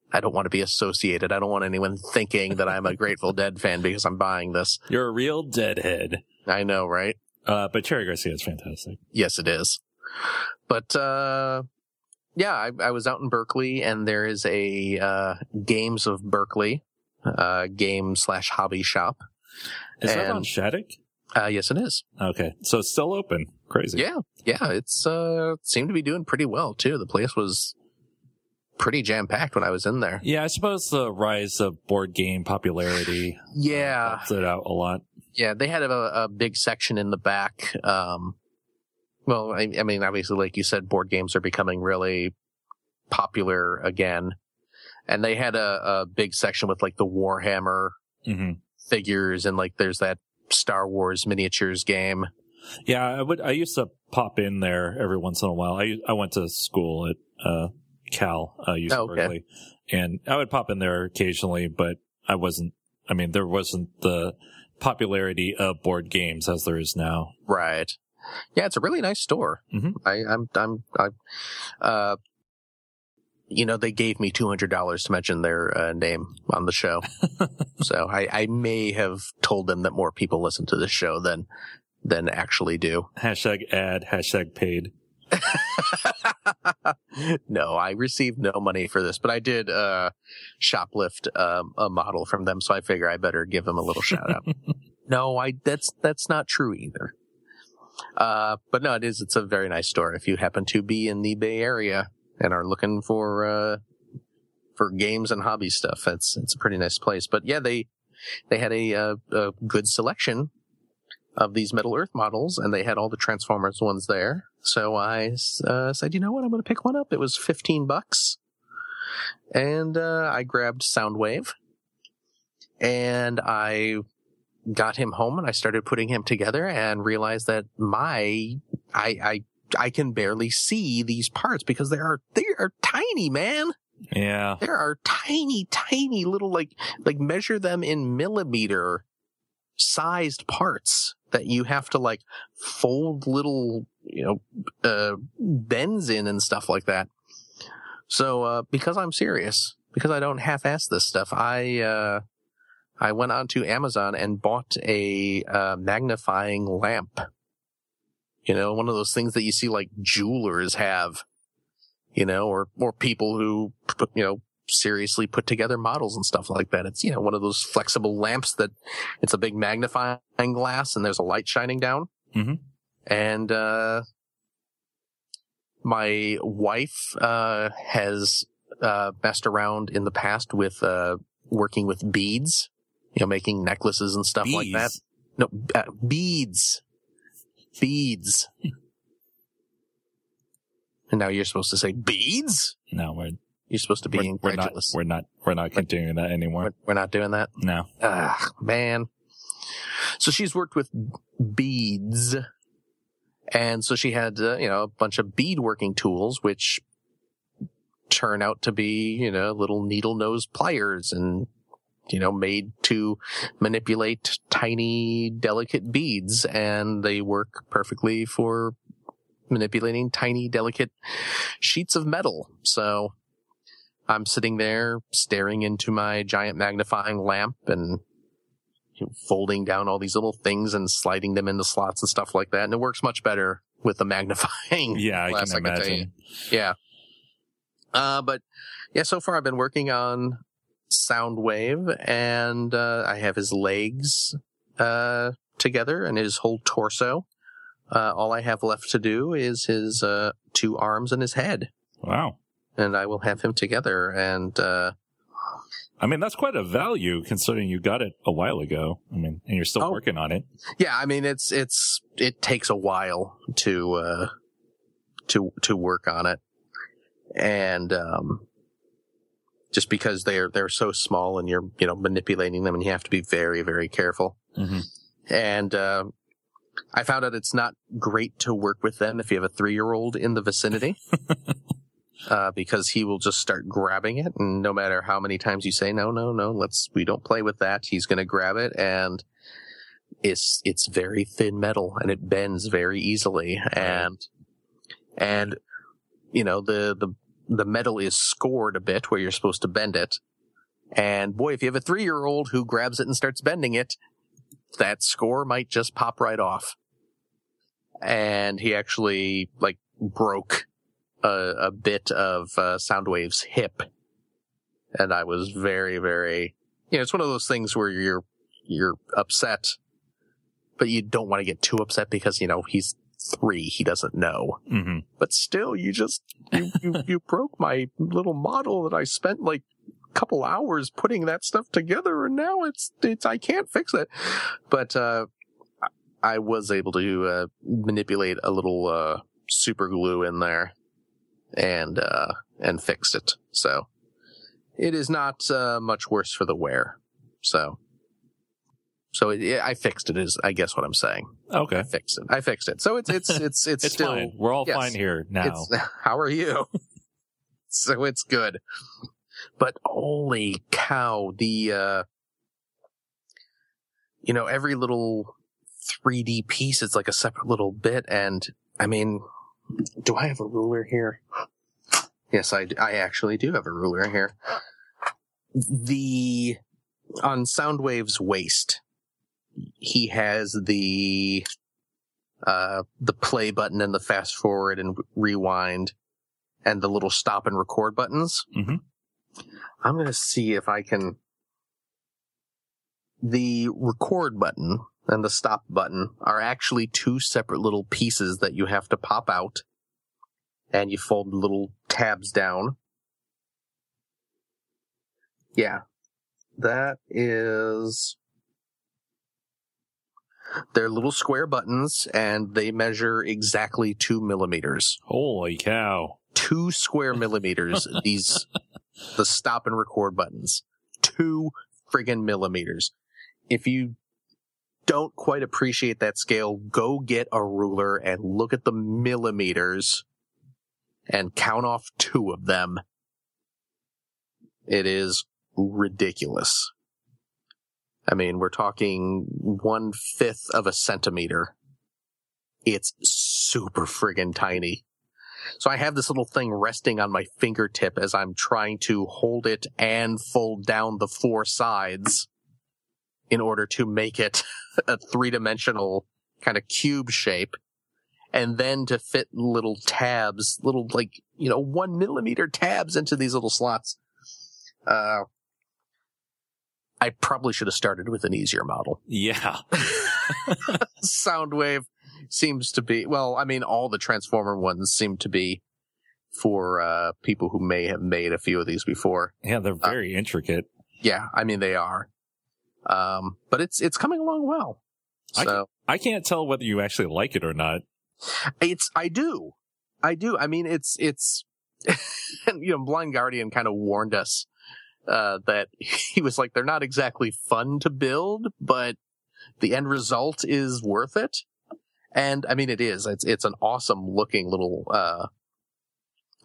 B: I don't want to be associated. I don't want anyone thinking that I'm a Grateful Dead fan because I'm buying this.
A: You're a real deadhead.
B: I know, right?
A: Uh, but Cherry Garcia is fantastic.
B: Yes, it is. But uh, yeah, I, I was out in Berkeley, and there is a uh, Games of Berkeley uh, game slash hobby shop.
A: Is that
B: And-
A: on Shattuck?
B: Uh, yes, it is.
A: Okay, so it's still open. Crazy.
B: Yeah, yeah, it's uh, seemed to be doing pretty well too. The place was pretty jam packed when I was in there.
A: Yeah, I suppose the rise of board game popularity
B: Yeah,
A: helps it out a lot.
B: yeah, they had a, a big section in the back. Um, well, I, I mean, obviously, like you said, board games are becoming really popular again, and they had a, a big section with like the Warhammer
A: hmm
B: figures and like there's that Star Wars miniatures game.
A: Yeah, I would. I used to pop in there every once in a while. I I went to school at uh, Cal, uh, UC
B: Oh, okay.
A: Berkeley, and I would pop in there occasionally, but I wasn't. I mean, there wasn't the popularity of board games as there is now.
B: Right. Yeah, it's a really nice store.
A: Mhm.
B: I, I'm, I'm, I, uh, you know, they gave me two hundred dollars to mention their uh, name on the show, so I, I may have told them that more people listen to this show than than actually do.
A: Hashtag ad. Hashtag paid.
B: no, I received no money for this, but I did uh, shoplift um, a model from them, so I figure I better give them a little shout out. no, I that's that's not true either. Uh, but no, it is. It's a very nice store. If you happen to be in the Bay Area and are looking for uh, for games and hobby stuff. It's it's a pretty nice place. But yeah, they they had a, uh, a good selection of these Middle Earth models, and they had all the Transformers ones there. So I uh, said, you know what, I'm going to pick one up. It was fifteen bucks, and uh, I grabbed Soundwave, and I got him home, and I started putting him together, and realized that my I I I can barely see these parts because they are they are tiny, man.
A: Yeah.
B: There are tiny, tiny little like like measure them in millimeter sized parts that you have to like fold little you know uh, bends in and stuff like that. So uh, because I'm serious, because I don't half-ass this stuff, I uh, I went onto Amazon and bought a uh, magnifying lamp. You know, one of those things that you see like jewelers have, you know, or, or people who, you know, seriously put together models and stuff like that. It's, you know, one of those flexible lamps that it's a big magnifying glass and there's a light shining down.
A: Mhm.
B: And, uh, my wife, uh, has, uh, messed around in the past with, uh, working with beads, you know, making necklaces and stuff like that.
A: Bees.
B: No, b- uh, beads. Beads. and now you're supposed to say beads?
A: No, we're,
B: You're supposed to be
A: we're, we're not,
B: incredulous.
A: we're not, we're not continuing that anymore.
B: We're, we're not doing that?
A: no.
B: Ah, man. So she's worked with beads. And so she had, uh, you know, a bunch of bead working tools, which turn out to be, you know, little needle nose pliers and, you know, made to manipulate tiny, delicate beads. And they work perfectly for manipulating tiny, delicate sheets of metal. So I'm sitting there staring into my giant magnifying lamp and you know, folding down all these little things and sliding them into slots and stuff like that. And it works much better with the magnifying.
A: Yeah, I
B: glass,
A: can
B: I can tell you.
A: imagine.
B: Yeah. Uh, but yeah, so far I've been working on Soundwave and uh, I have his legs uh, together and his whole torso. Uh, all I have left to do is his uh, two arms and his head,
A: Wow.
B: and I will have him together. And uh,
A: I mean, that's quite a value considering you got it a while ago. I mean, and you're still
B: Oh.
A: working on it.
B: yeah, I mean it's it's it takes a while to uh, to to work on it, and um, just because they're they're so small and you're you know manipulating them and you have to be very very careful.
A: Mm-hmm.
B: and uh, I found out it's not great to work with them if you have a three year old in the vicinity. Uh, because he will just start grabbing it, and no matter how many times you say no, no, no, let's we don't play with that, he's going to grab it, and it's it's very thin metal, and it bends very easily, and and you know the the the metal is scored a bit where you're supposed to bend it, and boy, if you have a three year old who grabs it and starts bending it, that score might just pop right off. And he actually like broke a, a bit of uh, Soundwave's hip, and I was very, very, you know, it's one of those things where you're you're upset, but you don't want to get too upset because you know he's three, he doesn't know.
A: Mm-hmm.
B: But still, you just you you, you broke my little model that I spent like couple hours putting that stuff together and now it's it's I can't fix it. But uh I- I was able to uh manipulate a little uh super glue in there and uh and fixed it. So it is not uh much worse for the wear. So so it, yeah, I fixed it is I guess what I'm saying.
A: Okay.
B: Fixed it. I fixed it. So it's it's it's it's,
A: It's
B: still
A: fine. We're all
B: yes.
A: fine here now.
B: it's, how are you? so it's good. But holy cow, the uh you know, every little 3D piece is like a separate little bit and I mean, do I have a ruler here? Yes, I I actually do have a ruler here. The on Soundwave's waist, he has the uh, the play button and the fast forward and rewind and the little stop and record buttons.
A: Mhm.
B: I'm going to see if I can. The record button and the stop button are actually two separate little pieces that you have to pop out and you fold little tabs down. Yeah. That is. They're little square buttons and they measure exactly two millimeters.
A: Holy cow.
B: Two square millimeters, these, the stop and record buttons. Two friggin' millimeters. If you don't quite appreciate that scale, go get a ruler and look at the millimeters and count off two of them. It is ridiculous. I mean, we're talking one fifth of a centimeter. It's super friggin' tiny. So I have this little thing resting on my fingertip as I'm trying to hold it and fold down the four sides in order to make it a three dimensional kind of cube shape. And then to fit little tabs, little like, you know, one millimeter tabs into these little slots. Uh, I probably should have started with an easier model.
A: Yeah.
B: Soundwave seems to be, well, I mean, all the Transformer ones seem to be for, uh, people who may have made a few of these before.
A: Yeah, they're
B: Uh,
A: very intricate.
B: Yeah. I mean, they are. Um, but it's, it's coming along well.
A: I
B: So
A: I can't tell whether you actually like it or not.
B: it's, I do. I do. I mean, it's, it's, and, you know, Blind Guardian kind of warned us, uh, that he was like, they're not exactly fun to build, but the end result is worth it. And I mean, it is. It's, it's an awesome looking little, uh,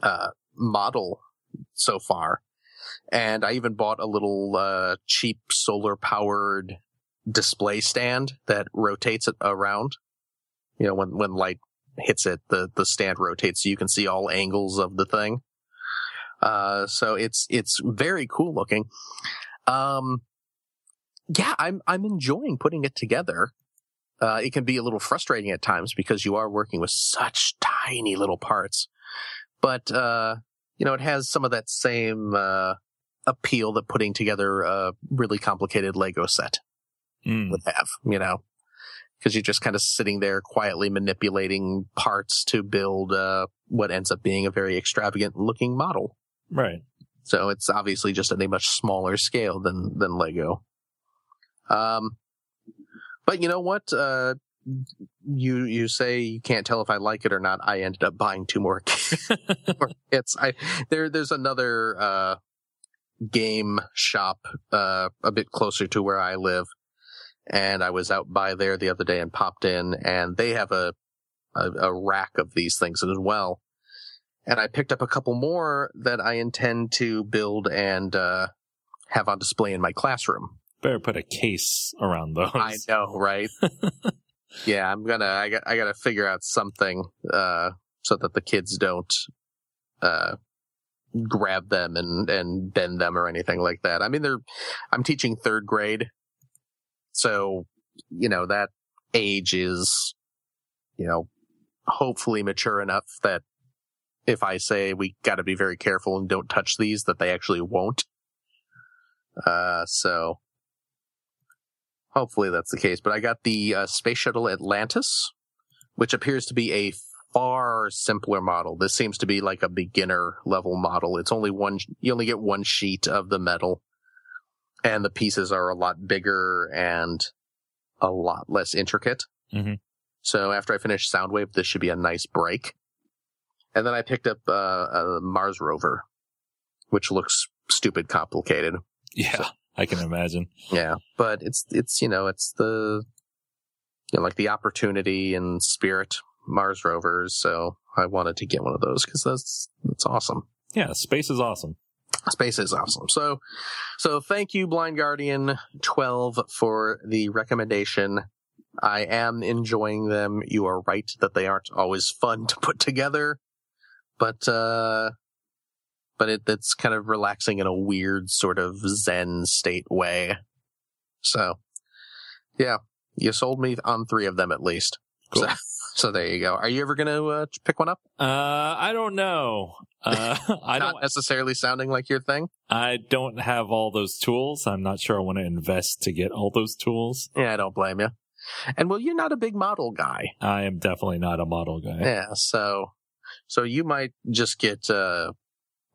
B: uh, model so far. And I even bought a little, uh, cheap solar powered display stand that rotates it around. You know, when, when light hits it, the, the stand rotates so you can see all angles of the thing. Uh, so it's, it's very cool looking. Um, yeah, I'm, I'm enjoying putting it together. Uh, it can be a little frustrating at times because you are working with such tiny little parts, but, uh, you know, it has some of that same, uh, appeal that putting together a really complicated Lego set
A: Mm.
B: would have, you know, because you're just kind of sitting there quietly manipulating parts to build uh, what ends up being a very extravagant looking model.
A: Right.
B: So it's obviously just at a much smaller scale than than Lego. Um, but you know what? Uh, you you say you can't tell if I like it or not. I ended up buying two more more kits. I there there's another uh, game shop uh, a bit closer to where I live, and I was out by there the other day and popped in, and they have a a, a rack of these things as well and I picked up a couple more that I intend to build and uh, have on display in my classroom.
A: Better put a case around those.
B: I know, right? yeah, I'm gonna. I got. I gotta figure out something uh, so that the kids don't uh, grab them and and bend them or anything like that. I mean, they're. I'm teaching third grade, so you know that age is, you know, hopefully mature enough that if I say we got to be very careful and don't touch these, that they actually won't. Uh, so hopefully that's the case. But I got the uh, Space Shuttle Atlantis, which appears to be a far simpler model. This seems to be like a beginner level model. It's only one, you only get one sheet of the metal, and the pieces are a lot bigger and a lot less intricate.
A: Mhm.
B: So after I finish Soundwave, this should be a nice break. And then I picked up uh, a Mars rover, which looks stupid complicated.
A: Yeah, I can imagine.
B: Yeah, but it's it's you know it's the you know, like the opportunity and spirit Mars rovers. So I wanted to get one of those because that's that's awesome.
A: Yeah, space is awesome.
B: Space is awesome. So so thank you, Blind Guardian twelve, for the recommendation. I am enjoying them. You are right that they aren't always fun to put together, but uh, but it, it's kind of relaxing in a weird sort of Zen state way. So, yeah, you sold me on three of them at least.
A: Cool.
B: So, so there you go. Are you ever going to uh, pick one up?
A: Uh, I don't know. Uh, I
B: Not
A: don't.
B: necessarily sounding like your thing.
A: I don't have all those tools. I'm not sure I want to invest to get all those tools.
B: Yeah, I don't blame you. And well, you're not a big model guy.
A: I am definitely not a model guy.
B: Yeah, so so you might just get uh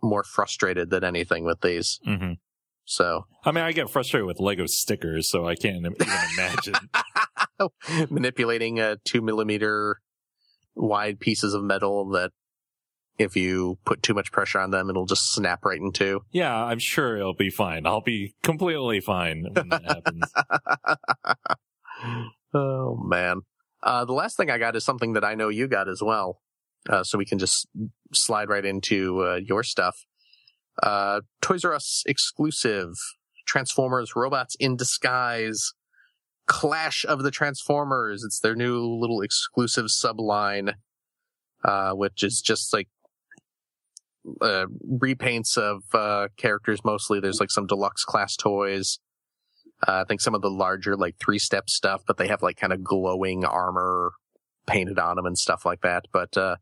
B: more frustrated than anything with these.
A: hmm
B: So
A: I mean, I get frustrated with Lego stickers, so I can't im- even imagine.
B: manipulating a two millimeter wide pieces of metal that if you put too much pressure on them, it'll just snap right in two.
A: yeah, I'm sure it'll be fine. I'll be completely fine when that happens.
B: oh man. Uh, the last thing I got is something that I know you got as well. Uh, so we can just slide right into uh, your stuff. Uh, Toys R Us exclusive Transformers Robots in Disguise Clash of the Transformers. It's their new little exclusive subline, uh, which is just like uh, repaints of uh, characters mostly. There's like some deluxe class toys. Uh, I think some of the larger like three step stuff, but they have like kind of glowing armor painted on them and stuff like that. But uh,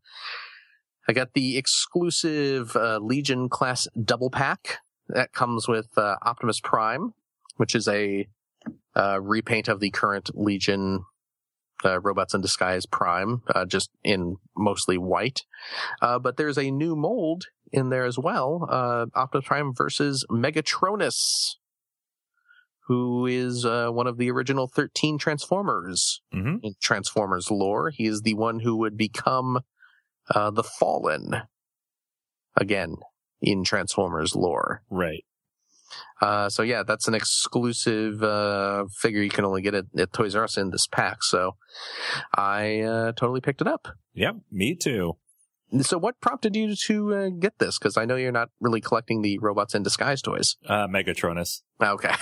B: I got the exclusive uh, Legion class double pack that comes with uh, Optimus Prime, which is a uh, repaint of the current Legion uh, Robots in Disguise Prime, uh, just in mostly white. Uh, but there's a new mold in there as well uh, Optimus Prime versus Megatronus who is uh, one of the original 13 Transformers
A: Mhm.
B: in Transformers lore. He is the one who would become uh, the Fallen again in Transformers lore.
A: Right.
B: Uh, so yeah, that's an exclusive uh, figure you can only get at, at Toys R Us in this pack. So I uh, totally picked it up.
A: Yep. Me too.
B: So what prompted you to uh, get this? Because I know you're not really collecting the robots in disguise toys.
A: Uh, Megatronus.
B: Okay.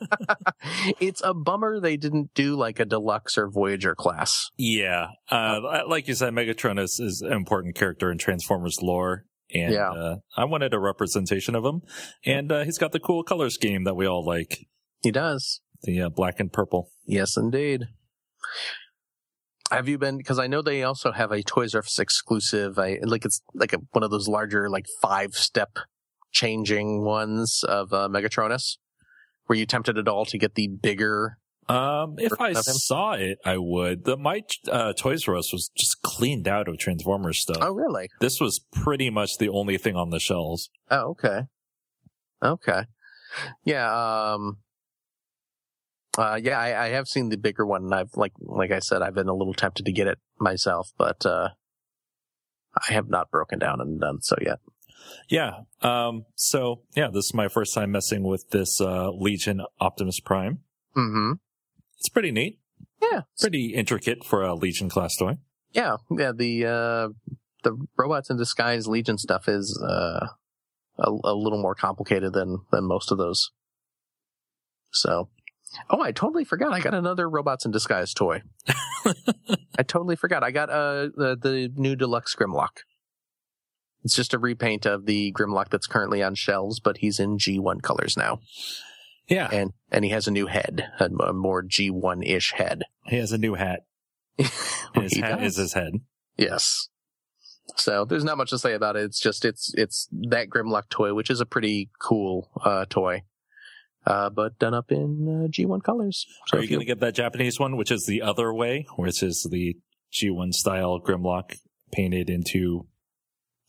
B: it's a bummer they didn't do like a deluxe or Voyager class.
A: Yeah. Uh, like you said, Megatronus is an important character in Transformers lore. And
B: Yeah.
A: uh, I wanted a representation of him. And uh, he's got the cool color scheme that we all like
B: He does.
A: the uh, black and purple.
B: Yes, indeed. Have you been? Because I know they also have a Toys R Us exclusive. I like it's like a, one of those larger like five step changing ones of uh, Megatronus. Were you tempted at all to get the bigger?
A: Um, if I
B: Nothing?
A: saw it, I would. The my uh, Toys R Us was just cleaned out of Transformers stuff.
B: Oh, really?
A: This was pretty much the only thing on the shelves.
B: Oh, okay. Okay. Yeah, um uh yeah, I, I have seen the bigger one and I've like like I said, I've been a little tempted to get it myself, but uh I have not broken down and done so yet.
A: Yeah. Um. So yeah, this is my first time messing with this uh, Legion Optimus Prime.
B: Mm-hmm.
A: It's pretty neat.
B: Yeah.
A: Pretty intricate for a Legion class toy.
B: Yeah, yeah, the uh the robots in disguise legion stuff is uh a, a little more complicated than than most of those. So Oh, I totally forgot. I got another robots in disguise toy. I totally forgot. I got uh the, the new deluxe Grimlock. It's just a repaint of the Grimlock that's currently on shelves, but he's in G1 colors now,
A: Yeah.
B: and and he has a new head, a, a more G1-ish head.
A: He has a new hat. And his
B: Oh, He
A: hat
B: does.
A: is his head.
B: Yes. So there's not much to say about it. It's just it's it's that Grimlock toy, which is a pretty cool uh, toy, uh, but done up in uh, G1 colors. So
A: Are you
B: if you-
A: going to get that Japanese one, which is the other way, which is the G1 style Grimlock painted into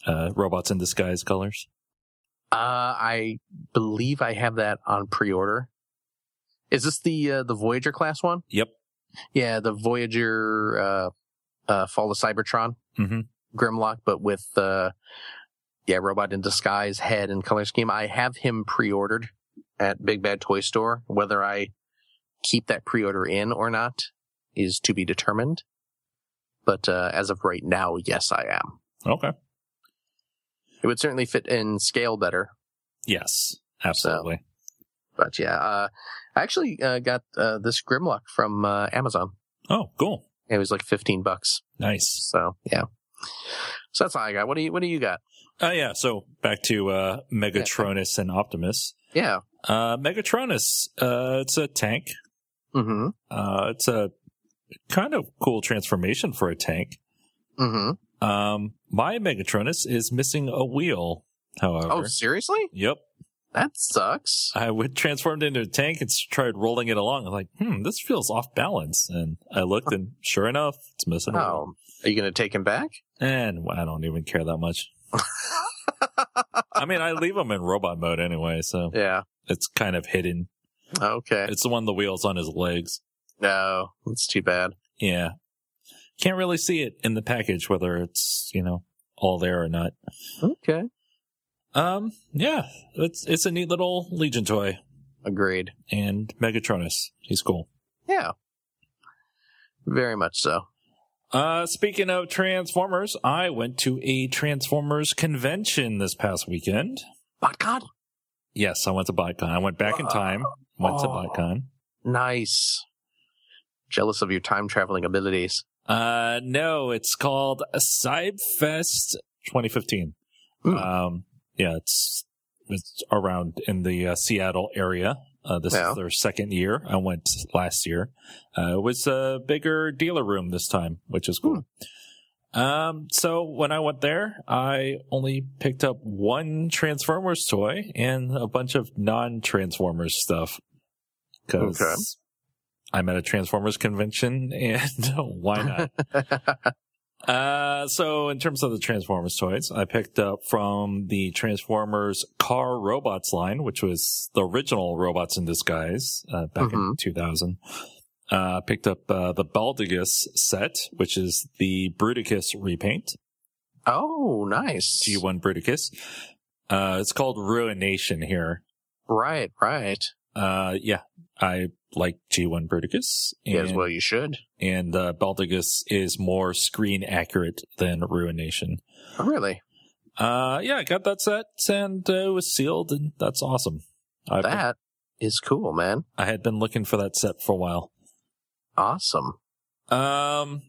A: uh, robots in disguise colors?
B: uh, I believe I have that on pre-order. Is this the uh, the Voyager class one?
A: Yep.
B: Yeah, the Voyager uh, uh, Fall of Cybertron
A: Mhm.
B: Grimlock, but with uh, yeah, robot in disguise head and color scheme. I have him pre-ordered at Big Bad Toy Store. Whether I keep that pre-order in or not is to be determined. But uh, as of right now, yes, I am.
A: Okay.
B: It would certainly fit in scale better.
A: Yes. Absolutely.
B: But yeah, uh, I actually uh, got uh, this Grimlock from uh, Amazon.
A: Oh, cool.
B: It was like fifteen bucks.
A: Nice.
B: So yeah. So that's all I got. What do you What do you got?
A: Oh, yeah. So back to uh, Megatronus and Optimus.
B: Yeah.
A: Uh, Megatronus, uh, it's a tank.
B: Mm-hmm.
A: Uh, it's a kind of cool transformation for a tank.
B: Mm-hmm.
A: Um, my Megatronus is missing a wheel, however.
B: Oh, seriously?
A: Yep.
B: That sucks.
A: I would transformed into a tank and s- tried rolling it along. I'm like, hmm, this feels off balance. And I looked and sure enough, it's missing. a wheel.
B: Oh, are you going to take him back?
A: And I don't even care that much. I mean, I leave them in robot mode anyway, so
B: Yeah.
A: It's kind of hidden.
B: Okay.
A: It's the one the wheels on his legs.
B: No, that's too bad.
A: Yeah. Can't really see it in the package whether it's, you know, all there or not.
B: Okay.
A: Um, yeah, it's it's a neat little Legion toy
B: Agreed.
A: and Megatronus. He's cool.
B: Yeah. Very much so.
A: Uh, speaking of Transformers, I went to a Transformers convention this past weekend.
B: Botcon?
A: Yes, I went to BotCon. I went back in time, went to
B: Oh.
A: BotCon.
B: Nice. Jealous of your time traveling abilities.
A: Uh, no, it's called Sidefest 2015.
B: Hmm.
A: Um, yeah, it's it's around in the uh, Seattle area. Uh, this
B: Yeah.
A: is their second year. I went last year. Uh, it was a bigger dealer room this time, which is cool.
B: Hmm.
A: Um, so when I went there, I only picked up one Transformers toy and a bunch of non-Transformers stuff because
B: Okay.
A: I'm at a Transformers convention, and why not? Uh, so in terms of the Transformers toys, I picked up from the Transformers Car Robots line, which was the original Robots in Disguise uh, back
B: Mm-hmm.
A: in 2000. Uh, I picked up uh, the Baldigus set, which is the Bruticus repaint,
B: oh, nice.
A: G1 Bruticus. Uh, it's called Ruination here.
B: right, right.
A: Uh, yeah, I like G1 Bruticus.
B: Yeah, as
A: and-
B: well you should.
A: And uh, Baldigus is more screen accurate than Ruination.
B: Oh, really?
A: Uh, yeah, I got that set and uh, it was sealed, and that's awesome. I've been-
B: That is cool, man.
A: I had been looking for that set for a while.
B: Awesome.
A: Um,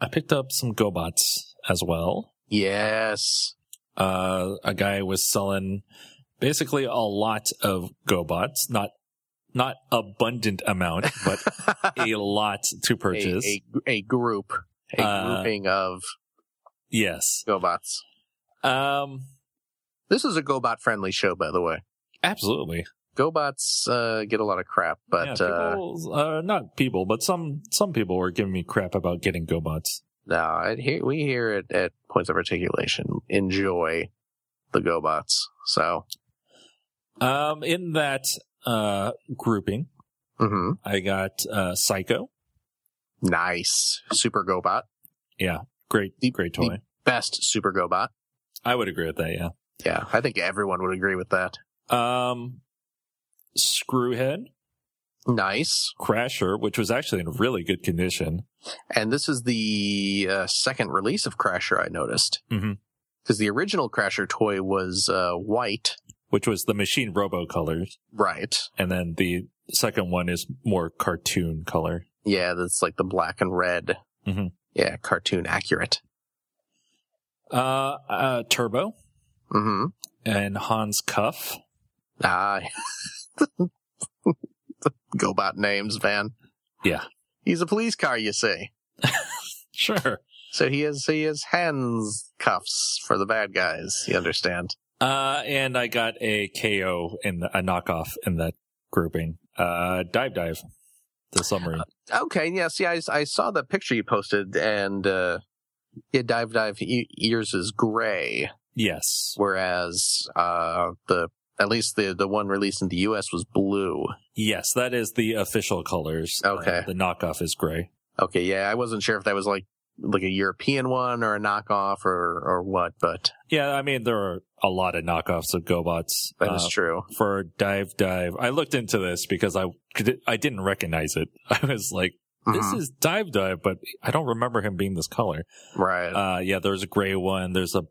A: I picked up some GoBots as well.
B: Yes.
A: Uh, a guy was selling basically a lot of GoBots, not not abundant amount, but
B: a,
A: a lot to purchase.
B: a, a group. A
A: Uh,
B: grouping of
A: Yes.
B: GoBots.
A: Um,
B: This is a GoBot friendly show, by the way.
A: absolutely.
B: GoBots uh, get a lot of crap,
A: yeah,
B: but uh,
A: people, uh, not people, but some some people were giving me crap about getting GoBots.
B: no, I hear, we here at, at Points of Articulation enjoy the GoBots. So,
A: Um, in that uh grouping,
B: hmm
A: I got uh Psycho,
B: nice. Super GoBot.
A: great,
B: The-
A: great toy.
B: Best Super GoBot.
A: I would agree with that. Yeah.
B: Yeah, I think everyone would agree with that.
A: Um, Screwhead,
B: Nice.
A: Crasher, which was actually in really good condition.
B: And this is the uh, second release of Crasher, I noticed.
A: Mhm.
B: Because the original Crasher toy was uh, white.
A: Which was the machine robo colors,
B: Right.
A: and then the second one is more cartoon color.
B: Yeah, that's like the black and red.
A: Mhm.
B: Yeah, cartoon accurate.
A: Uh, uh, Turbo
B: hmm
A: and Hans Cuff.
B: Ah. Gobot names, man.
A: Yeah.
B: He's a police car, you see.
A: Sure.
B: So he has he has hands cuffs for the bad guys, you understand.
A: Uh, and I got a KO in the, a knockoff in that grouping. Uh, Dive Dive, the submarine.
B: Okay, yeah, see I, I saw that picture you posted and uh yeah, dive dive e- ears is gray.
A: Yes.
B: whereas uh, the at least the the one released in the U.S. was blue.
A: Yes, that is the official colors.
B: Oh, Okay.
A: Uh, the knockoff is gray.
B: Okay, yeah, I wasn't sure if that was like like a European one or a knockoff or or what, but
A: Yeah, I mean there are a lot of knockoffs of GoBots.
B: that is
A: Uh,
B: true.
A: for Dive Dive, I looked into this because I I didn't recognize it. I was like, this
B: Mhm.
A: is Dive Dive, but I don't remember him being this color.
B: right.
A: Uh, yeah, there's a gray one. There's a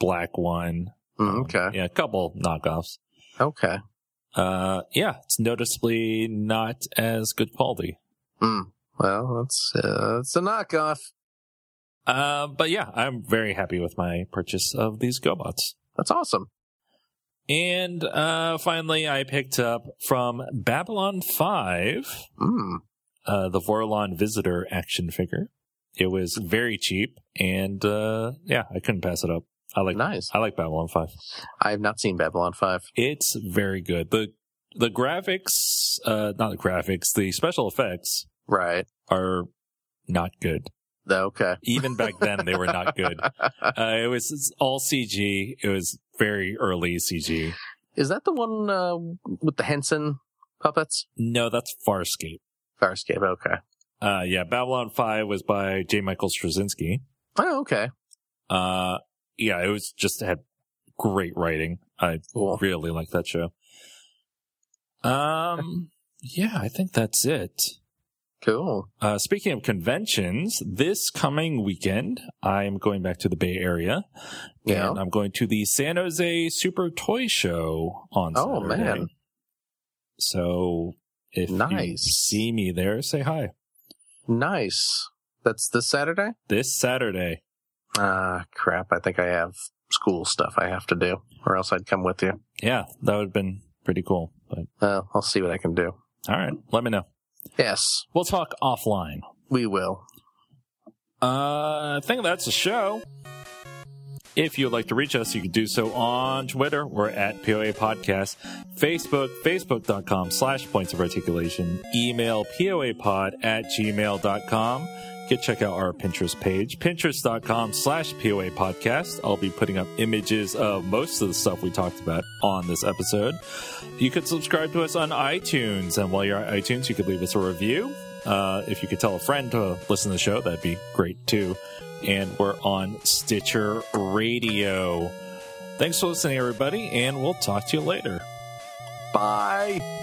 A: black one.
B: Mm, okay.
A: Yeah, a couple knockoffs.
B: Okay.
A: Uh, yeah, it's noticeably not as good quality.
B: Mm. Well, that's uh, it's a knockoff.
A: Uh, but yeah, I'm very happy with my purchase of these GoBots.
B: That's awesome.
A: And uh, finally, I picked up from Babylon 5
B: Mm.
A: uh, the Vorlon Visitor action figure. It was very cheap, and uh, yeah, I couldn't pass it up. I like
B: Nice.
A: I like Babylon 5.
B: I have not seen Babylon Five.
A: It's very good. the The graphics, uh, not the graphics, the special effects
B: Right.
A: are not good.
B: Okay.
A: Even back then, they were not good. Uh, it was it's all CG. It was very early CG.
B: Is that the one uh, with the Henson puppets?
A: No, that's Farscape.
B: Farscape. Okay.
A: Uh, yeah, Babylon 5 was by J. Michael Straczynski.
B: Oh, okay.
A: Uh, yeah, it was just had great writing. I
B: Cool.
A: really like that show. Um, yeah, I think that's it.
B: Cool.
A: Uh, speaking of conventions, this coming weekend, I'm going back to the Bay Area
B: Yeah.
A: and I'm going to the San Jose Super Toy Show on
B: Oh,
A: Saturday.
B: man.
A: So if you
B: Nice.
A: see me there, say hi.
B: Nice. That's this Saturday?
A: This Saturday.
B: Ah, crap. I think I have school stuff I have to do, or else I'd come with you.
A: Yeah, that would have been pretty cool. But
B: Uh, I'll see what I can do.
A: all right, let me know.
B: Yes,
A: We'll talk offline.
B: we will.
A: Uh, I think that's a show. If you'd like to reach us, you can do so on Twitter. We're at POA Podcast, Facebook, facebook.com slash points of articulation, email POApod at gmail.com. Get check out our Pinterest page, pinterest.com slash POA Podcast. I'll be putting up images of most of the stuff we talked about on this episode. You could subscribe to us on iTunes, and while you're on iTunes, you could leave us a review. Uh, if you could tell a friend to listen to the show, that'd be great too. And we're on Stitcher Radio. Thanks for listening, everybody, and we'll talk to you later.
B: Bye.